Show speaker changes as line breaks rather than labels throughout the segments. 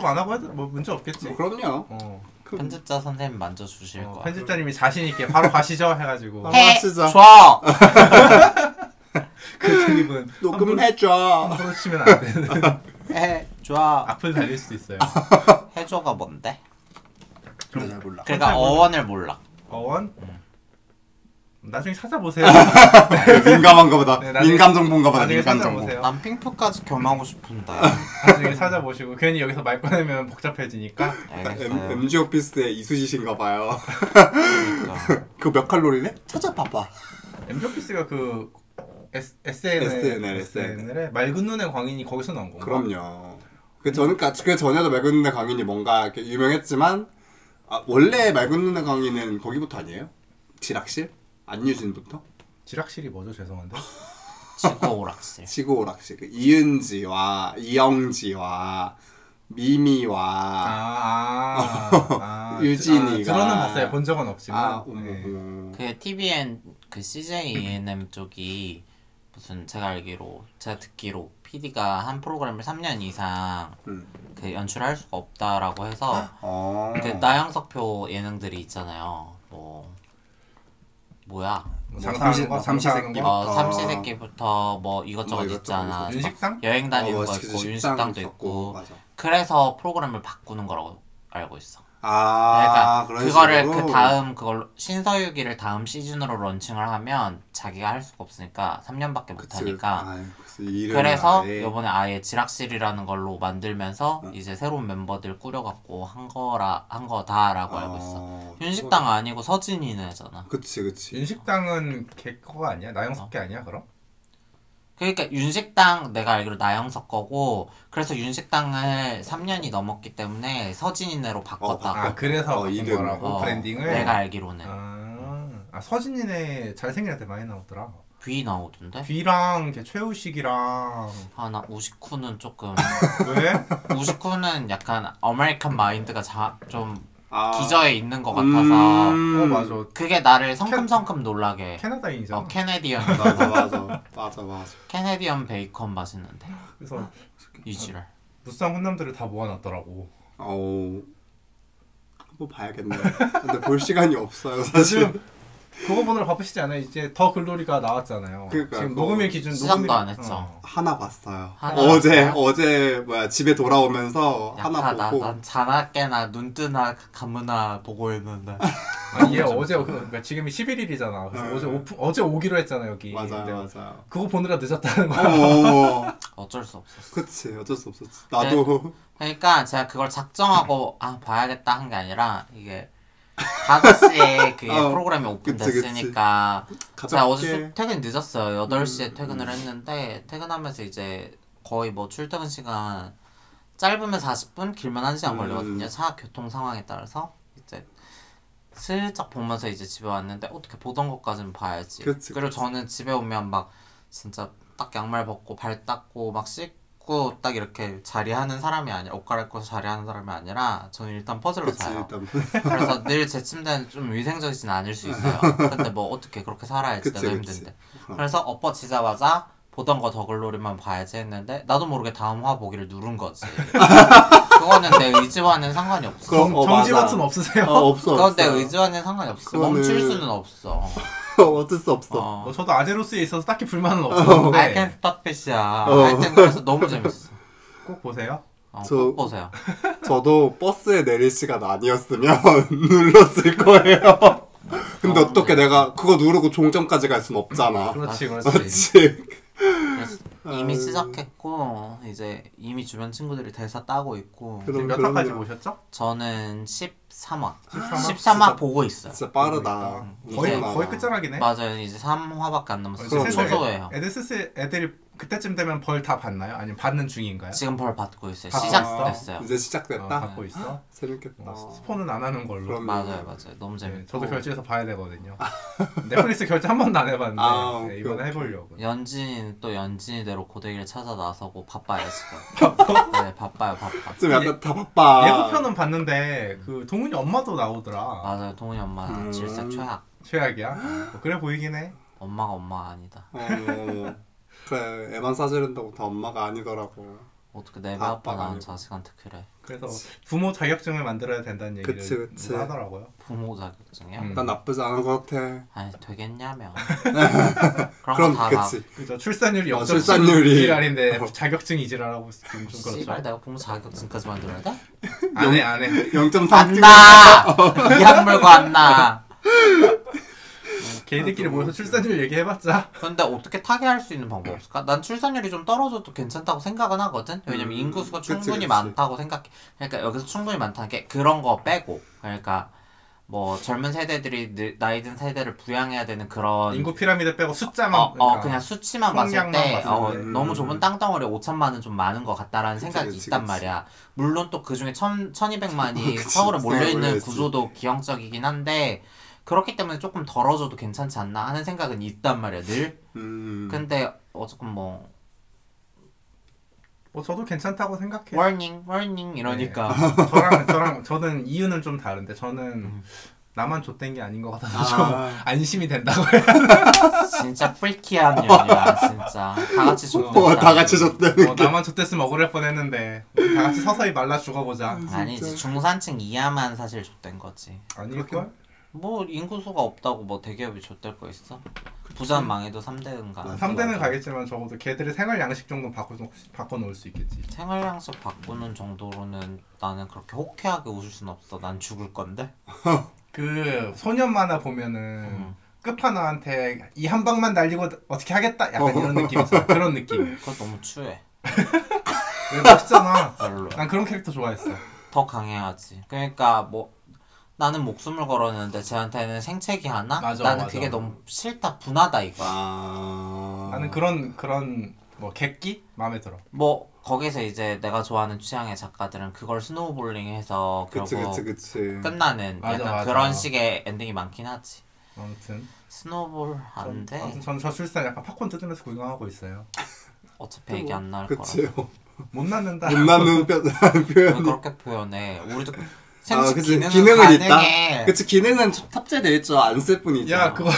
어,
안 하고 해도 뭐 문제 없겠지.
뭐 그럼요.
어.
그,
편집자 선생님 만져주실
어,
거야.
편집자님이 자신 있게 바로 가시죠 해가지고
한번 쓰자.
좋아.
그 드립은
녹음해줘.
함부로 치면 안 되는
해 좋아.
악플 달릴 수도 있어요.
아, 해줘가 뭔데?
잘 몰라.
그러니까
아, 컨셉은-
어원을 몰라.
어원
음.
나중에 찾아보세요.
민감한가 보다.
네, 나중에-
민감 정보인가 보다.
나중에
민감 정보. 아.
찾아보세요.
난 핑크까지 겸하고 싶은데.
나중에 찾아보시고 괜히 여기서 말 꺼내면 복잡해지니까
M,
네, 아.
알겠어요.
MG 네, 음, 오피스의 이수지신가 봐요.
그러니까.
그거 몇 칼로리네? 찾아봐봐.
엠조피스가 그 S, SNL,
SNL.
SNL에 맑은 눈의 광인이 거기서 나온 건가?
그럼요. 그 저는 까- 그 전에도 맑은 눈의 강인이 뭔가 이렇게 유명했지만 아, 원래 맑은 눈의 강인은 거기부터 아니에요? 지락실? 안유진부터?
지락실이 뭐죠? 죄송한데
지고
네.
오락실.
지구 오락실 그 이은지와 이영지와 미미와
아, 아,
아, 유진이가.
아, 들어는 봤어요. 본 적은 없지만
아 어머
네.
어머.
그 TVN 그 CJ ENM 쪽이 무슨 제가 알기로 제가 듣기로 PD가 한 프로그램을 3년 이상
음.
그 연출할 수가 없다라고 해서
어.
그 나영석표 예능들이 있잖아요. 뭐 뭐야?
뭐
뭐
장사하는
삼시-
거,
삼시 아.
장사하는 거.
새끼.
어 삼시세끼부터 뭐 이것저것
그러니까. 뭐 이것저것
있잖아.
있어.
막
윤식당?
여행
어,
다니는
뭐
거
식당
있고 윤식당도
있었고.
있고.
맞아.
그래서 프로그램을 바꾸는 거라고 알고 있어.
아
그러니까
그런
그거를
식으로?
그 다음 그걸 신서유기를 다음 시즌으로 런칭을 하면 자기가 할 수가 없으니까 3년밖에 못
그치.
하니까
아유, 네, 그래서 이름을 어.
그래서
아예. 어.
요번에 아예 지락실이라는 걸로 만들면서 이제 새로운 멤버들 꾸려갖고 한 거라 한 거다라고 알고 있어. 음,
어,
윤식당 아니고 서진이네잖아.
그치 그치
윤식당은 걔거 아니야? 나영석 게 아니야? 그럼?
그러니까 윤식당 내가 알기로 나영석 거고 그래서 윤식당을 3년이 넘었기 때문에 서진이네로 바꿨다고.
아 그래서
어,
바꾼
이름.
거라고
어,
브랜딩을
내가 알기로는
아, 아 서진이네 잘생긴 애들 많이 나오더라.
V 나오던데.
귀랑 걔 최우식이랑
아 나 우식쿠는 조금
왜? 어,
우식쿠는 약간 아메리칸 마인드가 자, 좀
아.
기저에 있는 것 같아서
음.
어 맞아.
그게 나를 성큼성큼 놀라게
캐나다인이잖아.
어 캐네디언
맞아 맞아 맞아 맞아
캐네디언 베이컨 맛있는데
그래서
유지를
무쌍 훈남들을 다 모아놨더라고.
어우 한번 봐야겠네 근데 볼 시간이 없어요 사실
요즘 그거 보느라 바쁘시지 않아요? 이제 더 글로리가 나왔잖아요.
그러니까,
지금
그거
녹음일 기준
시작도
녹음일-
안 했죠.
어.
하나 봤어요
하나
어제
봤어요?
어제 뭐야 집에 돌아오면서 하나
약하다
보고
난 자나 깨나 눈 뜨나 감으나 보고 있는데
아니 얘 어제 오- 그러니까 지금이 11일이잖아.
그렇죠,
그래서
네.
어제 오프, 어제 오기로 했잖아 여기.
네.
근데
맞아요 맞아요
그거 보느라 늦었다는 거야.
어머
어쩔 수 없었어
그치 어쩔 수
네.
없었지 나도
그러니까 제가 그걸 작정하고 아 봐야겠다 한 게 아니라 이게 5시에 그
어,
프로그램이
그치,
오픈됐으니까 제가 어제 수,
가볍게 음,
퇴근 늦었어요. 8시에 퇴근을 했는데 퇴근하면서 이제 거의 뭐 출퇴근 시간 짧으면 40분, 길면 1시간
음.
걸리거든요. 차 교통 상황에 따라서 이제 슬쩍 보면서 이제 집에 왔는데 어떻게 보던 것까지는 봐야지.
그치,
리고 저는 집에 오면 막 진짜 딱 양말 벗고 발 닦고 막 씻고 딱 이렇게 자리하는 사람이 아니라 옷 갈아입고 자리하는 사람이 아니라 저는 일단 퍼즐로
그치
자요.
일단
그래서 늘 제 침대는 좀 위생적이진 않을 수 있어요. 근데 뭐 어떻게 그렇게 살아야지
그치,
내가
그치. 어.
힘든데. 그래서 엎어지자마자 보던 거 더글로리만 봐야지 했는데 나도 모르게 다음 화 보기를 누른 거지. 그거는 내 의지와는 상관이 없어.
그럼, 어,
정지
맞아.
버튼 없으세요?
어 없어
그건 내
없어
의지와는 상관이 없어.
그거는-
멈출 수는 없어.
어쩔 수 없어
어.
뭐 저도 아제로스에 있어서 딱히 불만은 없었는데
I can stop it이야.
어.
하여튼 그래서 너무 재밌어.
꼭 보세요.
어,
저-
꼭 보세요.
저도 버스에 내릴 시간 아니었으면 눌렀을 거예요.
아,
근데 어떻게
네.
내가 그거 누르고 종점까지 갈 순 없잖아.
그렇지 그렇지.
그렇지.
그래서 이미
아유.
시작했고 이제 이미 주변 친구들이 대사 따고 있고
그럼
지금 몇
그럼요.
화까지 보셨죠?
저는 13화.
13화?
13화 보고 있어요.
진짜 빠르다.
거의
엄청
거의
많아.
끝자락이네.
맞아요. 이제 3화밖에 안 남았어요.
그럼
지금
이제 네.
초조해요.
에드스 애들이 그때쯤 되면 벌 다 받나요? 아니면 받는 중인가요?
지금 벌 받고 있어요.
아,
시작됐어요.
이제
어,
시작됐다.
받고 있어.
재밌겠다.
어, 스폰은 안 하는 걸로.
그럼
맞아요, 맞아요. 너무
네,
재밌고.
저도 결제해서 봐야 되거든요. 넷플릭스 결제 한 번도 안 해봤는데
아, 오케이,
네, 이번에
오케이.
해보려고.
연진이는 또 연진이대로 고데기를 찾아 나서고 바빠요 지금. 네, 바빠요, 바빠.
좀 약간 다 바빠.
예고편은 봤는데 그 동훈이 엄마도 나오더라.
맞아요, 동훈이 엄마
음.
는 질색 최악.
최악이야. 뭐 그래 보이긴 해.
엄마가 엄마 아니다.
어, 그래 애만 싸지른다고 다 엄마가 아니더라고.
어떻게 내 배
아빠가
아빠 낳은
아니고.
자식한테 그래
그래서 부모 자격증을 만들어야 된다는 얘기를
그치, 그치.
하더라고요.
부모 자격증이야?
음.
난 나쁘지 않은 것 같아.
아니 되겠냐며 그런
그럼
거다 나.
그치.
그죠 출산율이
어,
역적
출산율이.
지랄인데
어.
자격증 이지랄하고 지금 좀
씨발
그렇죠.
내가 부모 자격증까지 만들어야 돼?
안해 안해.
아,
0.3 찍어.
안나! 이 약물과 안나!
아,
걔네들끼리 모여서 출산율 얘기해봤자
근데 어떻게 타개할 수 있는 방법 없을까? 난 출산율이 좀 떨어져도 괜찮다고 생각은 하거든. 왜냐면
음,
인구수가
그치,
충분히
그치.
많다고 생각해. 그러니까 여기서 충분히 많다는 게 그런 거 빼고 그러니까 뭐 젊은 세대들이 늘- 나이 든 세대를 부양해야 되는
아,
그런
인구 피라미드 빼고 숫자만
어, 어
그러니까
그냥 수치만 봤을
성향만
때
봤을
어,
때.
음.
너무 좁은 땅덩어리 5천만은 좀 많은 것 같다라는
그치,
생각이
그치,
있단
그치.
말이야. 물론 또 그 중에 천, 1200만이
그치, 서울에
서울에 몰려있는
몰려있지.
구조도 기형적이긴 한데 그렇기 때문에 조금 덜어줘도 괜찮지 않나 하는 생각은 있단 말이야 늘.
음.
근데 어쨌건 뭐
뭐 저도 괜찮다고
그
생각해요.
워닝 워닝 이러니까
네.
저랑 저랑 저는 이유는 좀 다른데 저는 나만 좆된 게 아닌 것 같아서 좀
음. 아,
안심이 된다고 해요.
진짜 프리키한 년이야 진짜 다 같이 죽는다.
어, 다 같이 졌다.
어, 나만 좆됐으면 억울할 뻔했는데 우리 다 같이 서서히 말라 죽어보자.
아니지
진짜.
중산층 이하만 사실 좆된 거지.
아닐걸?
뭐 인구수가 없다고 뭐 대기업이 좆될 거 있어? 부산 망해도 3대인가?
맞아.
3대는 가겠지만 적어도 걔들의 생활 양식 정도 바꿔 바꿔놓을 수 있겠지.
생활 양식 바꾸는 정도로는 나는 그렇게 호쾌하게 웃을 순 없어. 난 죽을 건데.
그 소년 만화 보면은
음.
끝판왕한테 이 한 방만 날리고 어떻게 하겠다 약간 이런 느낌 있어. 그런 느낌.
그거 너무 추해.
왜 멋있잖아.
별로.
난 그런 캐릭터 좋아했어.
더 강해야지. 그러니까 뭐 나는 목숨을 걸었는데 쟤한테는 생채기 하나?
맞아,
나는
맞아.
그게 너무 싫다 분하다 이거야.
아.
나는 그런 그런 뭐 객기 마음에 들어.
뭐 거기서 이제 내가 좋아하는 취향의 작가들은 그걸 스노우볼링해서 결국
그치 그치 그치.
끝나는
맞아,
약간
맞아.
그런 식의 엔딩이 많긴 하지.
아무튼
스노우볼 안 돼.
아무튼 저는 저 출산 약간 팝콘 뜯으면서 구경하고 있어요.
어차피 얘기 안 나올 거라.
뭐, 그치요.
못 낳는다.
못 낳는 뼈-
왜
표현.
그렇게 표현해? 우리도
아,
생식
그치.
기능은,
기능은
가능해.
그치 기능은 탑재돼 있죠. 안 쓸 뿐이죠.
야 그거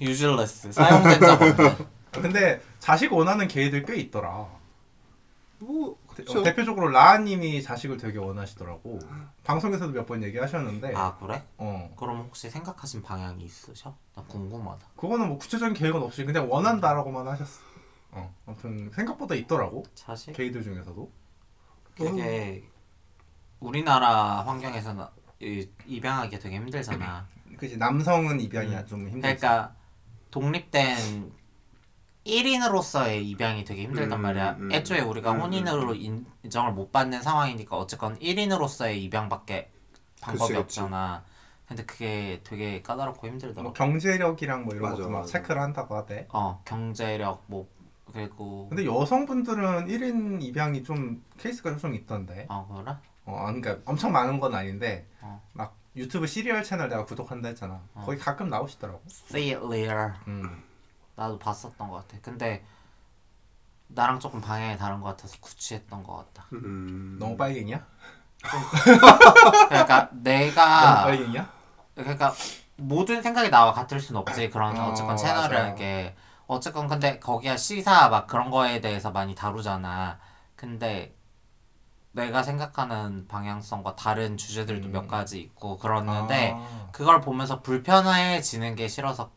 유즐레스 사용된 적 없는.
근데 자식 원하는 게이들 꽤 있더라.
뭐
어, 대-
그쵸.
대표적으로 라아님이 자식을 되게 원하시더라고. 방송에서도 몇 번 얘기하셨는데,
아 그래?
어
그럼 혹시 생각하신 방향이 있으셔? 나 궁금하다.
그거는 뭐 구체적인 계획은 없이 그냥 원한다라고만 하셨어. 어 아무튼 생각보다 있더라고
사실
게이들 중에서도.
음.
그게 우리나라 환경에서는 이- 입양하기 되게 힘들잖아.
그지 남성은 입양이 좀 힘들지.
그러니까 독립된 1인으로서의 입양이 되게 힘들단
음,
말이야.
음,
애초에 우리가
음,
혼인으로 인- 인정을 못 받는 상황이니까 어쨌건 1인으로서의 입양밖에 방법이
그치, 그치.
없잖아. 근데 그게 되게 까다롭고 힘들더라고.
뭐 경제력이랑 뭐 이런
맞아,
것도 막
맞아.
체크를 한다고 하대.
어, 경제력 뭐 그리고
근데 여성분들은 1인 입양이 좀 케이스가 좀 있던데.
아 그래?
어, 아, 그러니까 엄청 많은 건 아닌데
어.
막 유튜브 시리얼 채널 내가 구독한다 했잖아.
어.
거기 가끔 나오시더라고.
See it later.
음.
나도 봤었던 것 같아. 근데 나랑 조금 방향이 다른 것 같아서 구취했던 것 같다.
음.
너무 빨갱이야?
그러니까 내가
너무 빨갱이야?
그러니까 모든 생각이 나와 같을 순 없지 그런
어,
어, 쨌건
맞아요.
채널이라는 게 어쨌건 근데 거기야 시사 막 그런 거에 대해서 많이 다루잖아 근데 내가 생각하는 방향성과 다른 주제들도
음.
몇 가지 있고 그러는데
아,
그걸 보면서 불편해지는 게 싫어서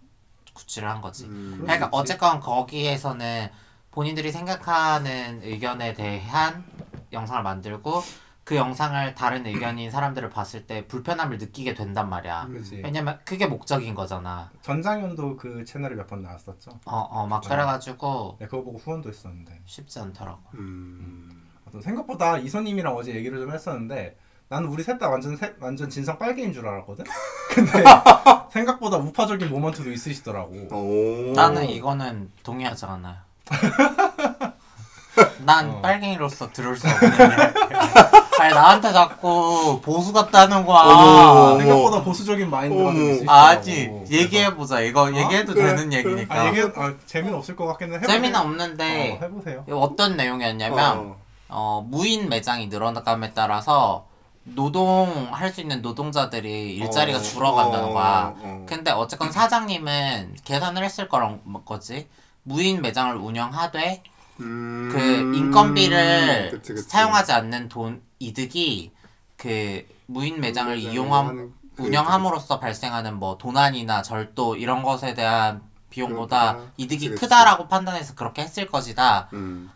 구치를 한 거지
음.
그럴 수
그러니까
있지.
어쨌건 거기에서는 본인들이 생각하는 의견에 대한 영상을 만들고 그 영상을 다른 의견인 사람들을 봤을 때 불편함을 느끼게 된단 말이야.
아, 그렇지.
왜냐면 그게 목적인 거잖아.
전장현도 그 채널에 몇 번 나왔었죠.
어, 어, 막 그래가지고
내가 그거 보고 후원도 했었는데.
쉽지 않더라고.
음.
아무튼 생각보다 이소님이랑 어제 얘기를 좀 했었는데 나는 우리 셋 다 완전 세- 완전 진상 빨개인 줄 알았거든. 근데 생각보다 우파적인 모먼트도 있으시더라고.
오.
나는 이거는 동의하지 않아요. 난
어.
빨갱이로서 들을 수 없는 아니 나한테 자꾸 보수 같다는 거야.
어머.
아, 생각보다 보수적인 마인드가 좀
어머.
있으시더라고.
아니
그래서-
얘기해보자 이거 얘기해도
그래,
되는
그래.
얘기니까
아, 얘기 아, 재미는 없을 것 같긴 해.
재미는 없는데
어, 해보세요.
어, 떤 내용이었냐면 어.
어.
무인 매장이 늘어나감에 따라서 노동할 수 있는 노동자들이 일자리가
어,
줄어간다는
어,
거야
어.
근데 어쨌건 사장님은 계산을 했을 거란 거지 무인 매장을 운영하되
음...
그 인건비를
그치, 그치.
사용하지 않는 돈 이득이 그 무인 매장을
운영하는-
이용함
그-
운영함으로써 발생하는 뭐 도난이나 절도 이런 것에 대한 비용보다
그러니까.
이득이
그치, 그치.
크다라고 판단해서 그렇게 했을 것이다라고
음.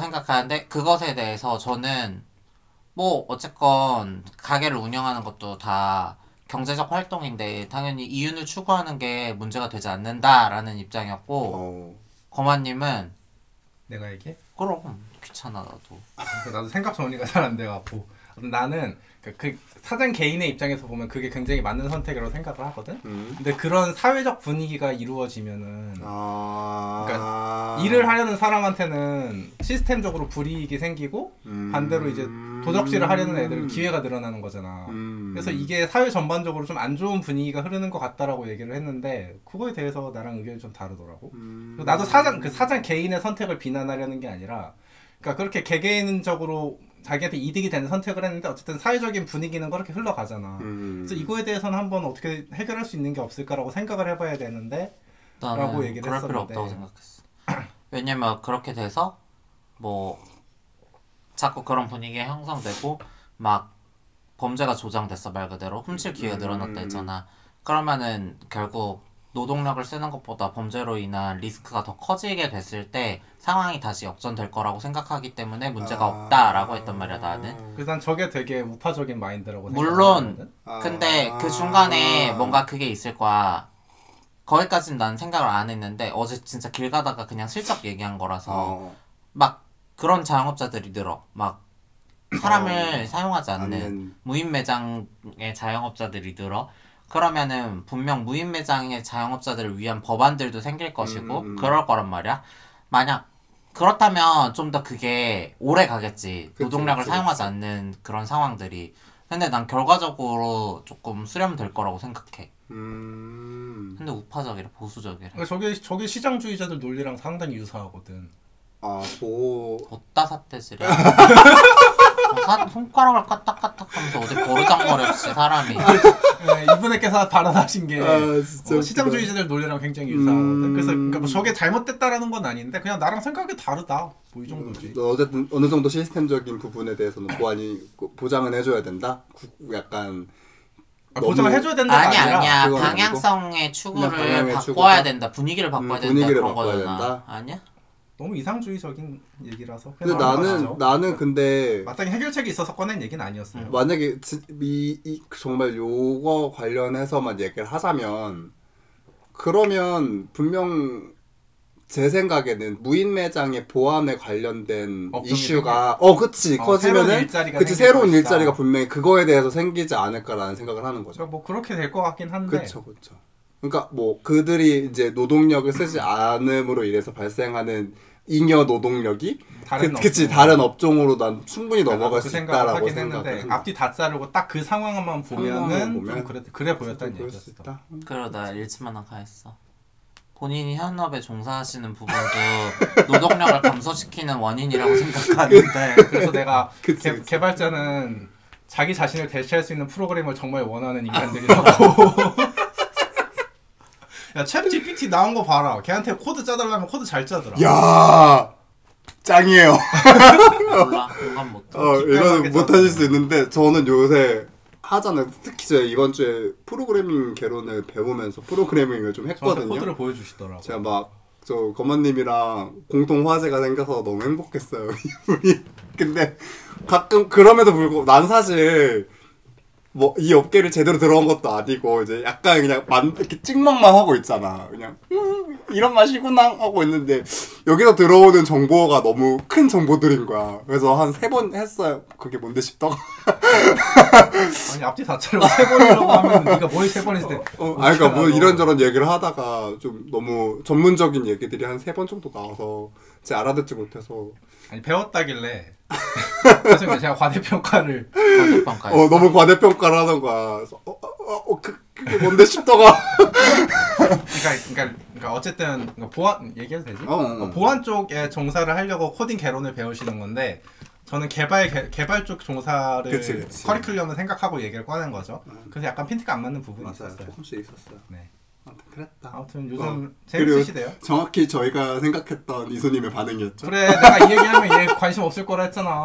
생각하는데 그것에 대해서 저는 뭐 어쨌건 가게를 운영하는 것도 다 경제적 활동인데 당연히 이윤을 추구하는 게 문제가 되지 않는다라는 입장이었고
어.
거마님은
내가 얘기해?
그럼 귀찮아 나도
그러니까 나도 생각 정리가 잘 안 돼갖고 나는 그, 그 사장 개인의 입장에서 보면 그게 굉장히 맞는 선택이라고 생각을 하거든.
음.
근데 그런 사회적 분위기가 이루어지면은
아.
음. 그러니까 일을 하려는 사람한테는 시스템적으로 불이익이 생기고
음.
반대로 이제 도적질을 하려는 애들은 기회가 늘어나는 거잖아.
음.
그래서 이게 사회 전반적으로 좀 안 좋은 분위기가 흐르는 것 같다라고 얘기를 했는데 그거에 대해서 나랑 의견이 좀 다르더라고.
음.
그리고 나도 사장 그 사장 개인의 선택을 비난하려는 게 아니라 그러니까 그렇게 개개인적으로 자기한테 이득이 되는 선택을 했는데 어쨌든 사회적인 분위기는 그렇게 흘러가잖아.
음.
그래서 이거에 대해서는 한번 어떻게 해결할 수 있는 게 없을까라고 생각을 해봐야 되는데
나는
라고 얘기를
그럴 필요
했었는데.
없다고 생각했어. 왜냐면 그렇게 돼서 뭐 자꾸 그런 분위기가 형성되고 막 범죄가 조장됐어 말 그대로 훔칠 기회가
음.
늘어났다 했잖아. 그러면은 결국 노동력을 쓰는 것보다 범죄로 인한 리스크가 더 커지게 됐을 때 상황이 다시 역전될 거라고 생각하기 때문에 문제가
아.
없다라고 했단 말이야 나는.
그래서 난 저게 되게 우파적인 마인드라고 생각을
물론
하거든.
아.
근데 그 중간에 뭔가 그게 있을 거야. 거기까지는 난 생각을 안 했는데 어제 진짜 길 가다가 그냥 슬쩍 얘기한 거라서
어.
막 그런 자영업자들이 늘어. 막 사람을 사용하지 않는
않는.
무인 매장의 자영업자들이 늘어. 그러면은 분명 무인 매장의 자영업자들을 위한 법안들도 생길 것이고
음, 음.
그럴 거란 말이야. 만약 그렇다면 좀 더 그게 오래 가겠지.
그치,
노동력을
그치,
사용하지
그치.
않는 그런 상황들이. 근데 난 결과적으로 조금 수렴될 거라고 생각해.
음.
근데 우파적이라 보수적이라.
그러니까 저게 저게 시장주의자들 논리랑 상당히 유사하거든.
아, 보.
걷다 삿대질이야. 뭐 사, 손가락을 까딱까딱하면서 어디 버르장머리 없이 사람이.
네, 이분께서 발언하신 게
아, 진짜
어,
웃기다.
시장주의자들 논리랑 굉장히 유사하거든.
음.
그래서 그러니까 뭐 저게 잘못됐다라는 건 아닌데 그냥 나랑 생각이 다르다. 뭐 이 정도지.
음, 어쨌든 어느 정도 시스템적인 부분에 대해서는 보완이 보장은 해줘야 된다. 구- 약간
아,
너무-
보장을 해줘야 된다.
아니 아니야
그건 아니고.
방향성의 추구를
그냥 방향의
바꿔야
추구다?
된다 분위기를 바꿔야
음,
된다
분위기를
그런
바꿔야
거잖아
된다?
아니야
너무 이상주의적인 얘기라서.
근데
그냥
나는
넘어가시죠.
나는 근데
마땅히 해결책이 있어서 꺼낸 얘기는 아니었어요.
만약에 지- 이, 이 정말 요거 관련해서만 얘기를 하자면 그러면 분명 제 생각에는 무인 매장의 보안에 관련된
업종이
이슈가 어 그치
어, 새로운
커지면은
일자리가
그치
생길
새로운
것이다.
일자리가 분명히 그거에 대해서 생기지 않을까라는 생각을 하는 거죠.
그러니까 뭐 그렇게 될 것 같긴 한데.
그렇죠, 그렇죠. 그러니까 뭐 그들이 이제 노동력을 쓰지 않음으로 인해서 발생하는 잉여 노동력이
다른
그, 그치
업종.
다른 업종으로 난 충분히
그러니까
넘어갈
나도
수
생각을
있다라고
하긴
생각을
했는데
한다.
앞뒤 다 자르고 딱 그
상황만
상황만 보면은
보면
좀 그래 그래 보였다는
그럴 수
얘기였어.
있다.
그러다 일치만 나가 했어 본인이 현업에 종사하시는 부분도 노동력을 감소시키는 원인이라고 생각하는데
그래서 내가
그치,
개,
그치.
개발자는 자기 자신을 대체할 수 있는 프로그램을 정말 원하는 인간들이라고. 야, 챗 GPT 나온 거 봐라. 걔한테 코드 짜달라면 코드 잘 짜더라.
야 짱이에요. 그러니까.
몰라 공감 못해
어,
기깔나게
이거는
짜서.
못하실 수 있는데 저는 요새 하잖아요. 특히 제가 이번 주에 프로그래밍 개론을 배우면서 프로그래밍을 좀
저한테
했거든요.
코드를 보여주시더라고.
제가 막 저 검은님이랑 공통 화제가 생겨서 너무 행복했어요. 우리 근데 가끔 그럼에도 불구하고 난 사실 뭐 이 업계를 제대로 들어온 것도 아니고 이제 약간 그냥 만 이렇게 찍먹만 하고 있잖아. 그냥 음, 이런 맛이구나 하고 있는데 여기서 들어오는 정보가 너무 큰 정보들인 거야. 그래서 한 세 번 했어요. 그게 뭔데 싶다가.
아니 앞뒤 다 자르고 세 번이라고 하면 네가 뭘 세 번했을 때.
어, 아, 그러니까 뭐
어떡하나, 너.
이런저런 얘기를 하다가 좀 너무 전문적인 얘기들이 한 세 번 정도 나와서 제 알아듣지 못해서
아니 배웠다길래. 죄송해요. 제가 과대평가를.
평가했어
어, 너무 과대평가를 하는 거야. 그래서 어, 어, 어, 어, 그, 그게 뭔데 싶다가.
그러니까 그러니까, 그러니까 어쨌든 그러니까 보안 얘기해도 되지?
어, 어, 어.
보안 쪽에 종사를 하려고 코딩 개론을 배우시는 건데 저는 개발 개, 개발 쪽 종사를
그치, 그치.
커리큘럼을 생각하고 얘기를 꺼낸 거죠. 그래서 약간 핀트가 안 맞는 부분이
맞아요.
있었어요.
조금씩 있었어요.
네.
아무튼 그랬다.
아무튼 요즘
그리고-
재밌으시대요.
정확히 저희가 생각했던 이수님의 반응이었죠.
그래 내가 이 얘기하면 얘 관심 없을 거라 했잖아.
어.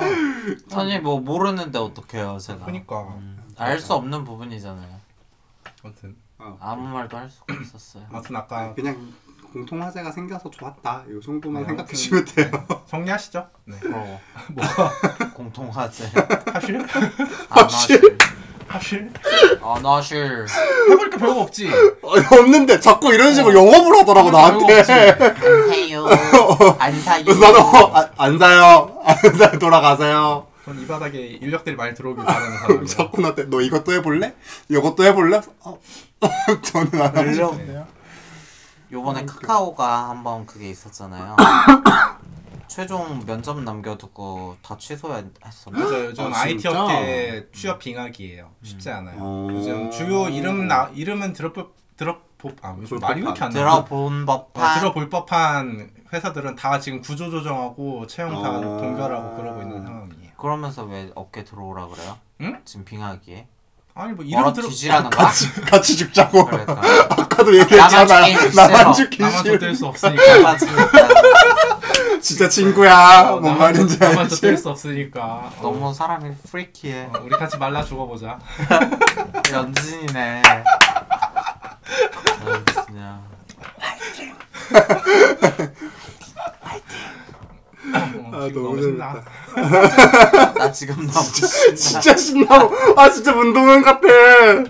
아니 뭐 모르는데 어떡해요 제가
그러니까.
알 수 없는 부분이잖아요
아무튼
어.
아무 말도 할 수가 없었어요
아무튼 아까
그냥 공통 화제가 생겨서 좋았다. 이 정도만
네,
생각해 주면 돼요.
정리하시죠. 네.
부러워
뭐가
공통 화제
하실?
아,
안화실
하실?
안화실
해볼 게 별거 없지.
아니, 없는데 자꾸 이런
어.
식으로 영업을 하더라고
아,
나한테.
안사요 안사요
어. 그래서 나도 어, 아, 안 사요. 안 사요. 돌아가세요.
전 이 바닥에 인력들이 많이 들어오길 바라는 사람이에요.
자꾸 나한테 너 이것도 해볼래? 이것도 해볼래? 어. 저는 안 하고
별로
싶네요.
요번에 카카오가 한번 그게 있었잖아요 최종 면접 남겨두고 다 취소했었나?
맞아요. 요즘
아,
IT
진짜?
업계 취업 빙하기예요. 쉽지 않아요.
어.
요즘 주요 이름 나 이름은 들어볼 들어볼 아 요즘 말이 왜 이렇게 안 나와?
들어본
어,
법한
들어볼 법한 회사들은 다 지금 구조 조정하고 채용 다
어.
동결하고 그러고 있는 상황이에요.
그러면서 왜 어깨 들어오라 그래요?
응?
지금 빙하기에?
아니 뭐
얼어
이름 들어
뒤지라는 거야?
같이
아.
죽자고.
네.
그러니까
아까도 얘기했잖아요.
죽기 싫어.
나만 죽기
나만
싫어.
쫓길 수 없으니까.
나 진짜
진짜 친구야.
어,
뭔
나만 쫓-
말인지
나만
알지?
쫓길 수 없으니까. 어,
너무 사람이 프리키해
어, 우리 같이 말라 죽어보자.
연진이네 아, 진짜
어,
아,
지금
너무
너무 신나.
재밌다.
나 지금 너무 신나
진짜 신나고. 아, 진짜 운동원 같아.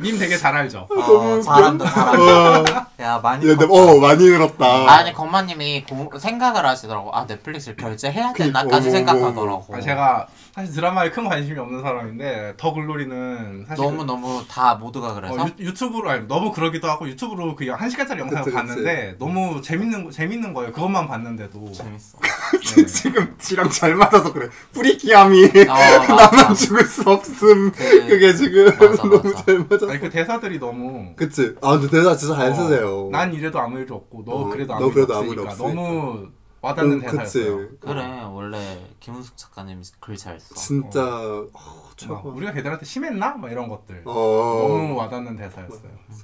님 되게 잘 알죠.
어, 잘한다 잘한다
어,
야 많이
야, 내,
컸다.
어 많이 늘었다.
아니 건마님이 고- 생각을 하시더라고 아 넷플릭스를 결제해야 되나까지
그-
생각하더라고
아, 제가 사실 드라마에 큰 관심이 없는 사람인데 더 글로리는 사실
그
너무 너무 다 모두가
어,
그래서
유, 튜브로 아니, 너무 그러기도 하고 유튜브로 그 한 시간짜리 영상을
그치, 음. 그치.
봤는데 너무 재밌는 거- 재밌는 거예요. 그것만 봤는데도
재밌어
네.
지금 지랑 잘 맞아서 그래. 프리키함이
어, 맞아.
나만 죽을 수 없음.
그-
그게 지금
맞아,
너무
맞아.
잘 맞아.
아니 그 대사들이 너무
그치? 아 근데 대사 진짜 잘
어,
쓰세요.
난 이래도 아무 일도 없고 너
어,
그래도
너
아무 일도
그래도 아무 일
없으니까
없으니까.
너무 와닿는
음,
대사였어요.
그치.
그래 원래 김은숙 작가님 글 잘써
진짜 어,
막
최고.
우리가 걔들한테 심했나? 막 이런 것들
어.
너무 와닿는 대사였어요. 음.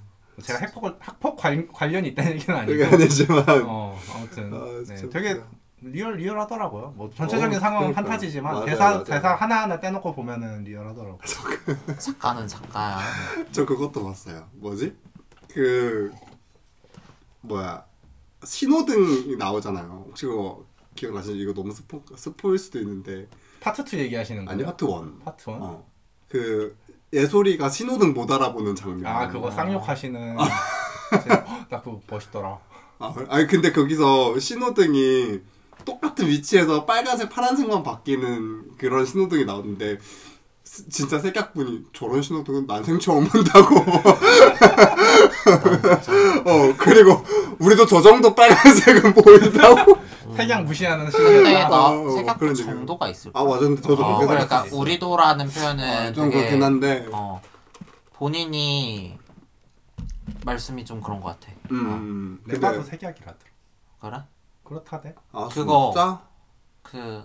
제가 학폭 학폭 관, 관련이 있다는 얘기는
그게
아니고
아니지만
어, 아무튼
아, 진짜
네, 되게
웃기다.
리얼 리얼하더라고요. 뭐 전체적인
어,
상황은
그러니까요.
판타지지만
맞아요,
대사
맞아요.
대사 하나 하나 떼놓고 보면은 리얼하더라고.
작가는 작가야
저 그것도 봤어요. 뭐지? 그 뭐야 신호등이 나오잖아요. 혹시 그거 기억나시죠? 이거 너무 스포 스포일 수도 있는데
파트 2 얘기하시는
아니
거예요?
파트 1
파트 1?
어. 그 예솔이가 신호등 못 알아보는 장면.
아 그거 쌍욕하시는 제가 나 그거 멋있더라.
아, 아니 근데 거기서 신호등이 똑같은 위치에서 빨간색 파란색만 바뀌는 그런 신호등이 나오는데 스- 진짜 색약분이 저런 신호등은 난생 처음 본다고 어 그리고 우리도 저 정도 빨간색은 보인다고
태양 무시하는
근데
시기가
나
어, 어,
생각도
그런 얘기예요.
정도가 있을
아
거야
맞아 근데 저도
어,
그렇게
그러니까
생각했어요
우리도라는 표현은
아, 좀
네, 되게
그렇긴 한데
어, 본인이 말씀이 좀 그런 것 같아 어,
음
내 봐도 그 색약이라더라.
그래?
그렇다대.
아,
그거.
진짜?
그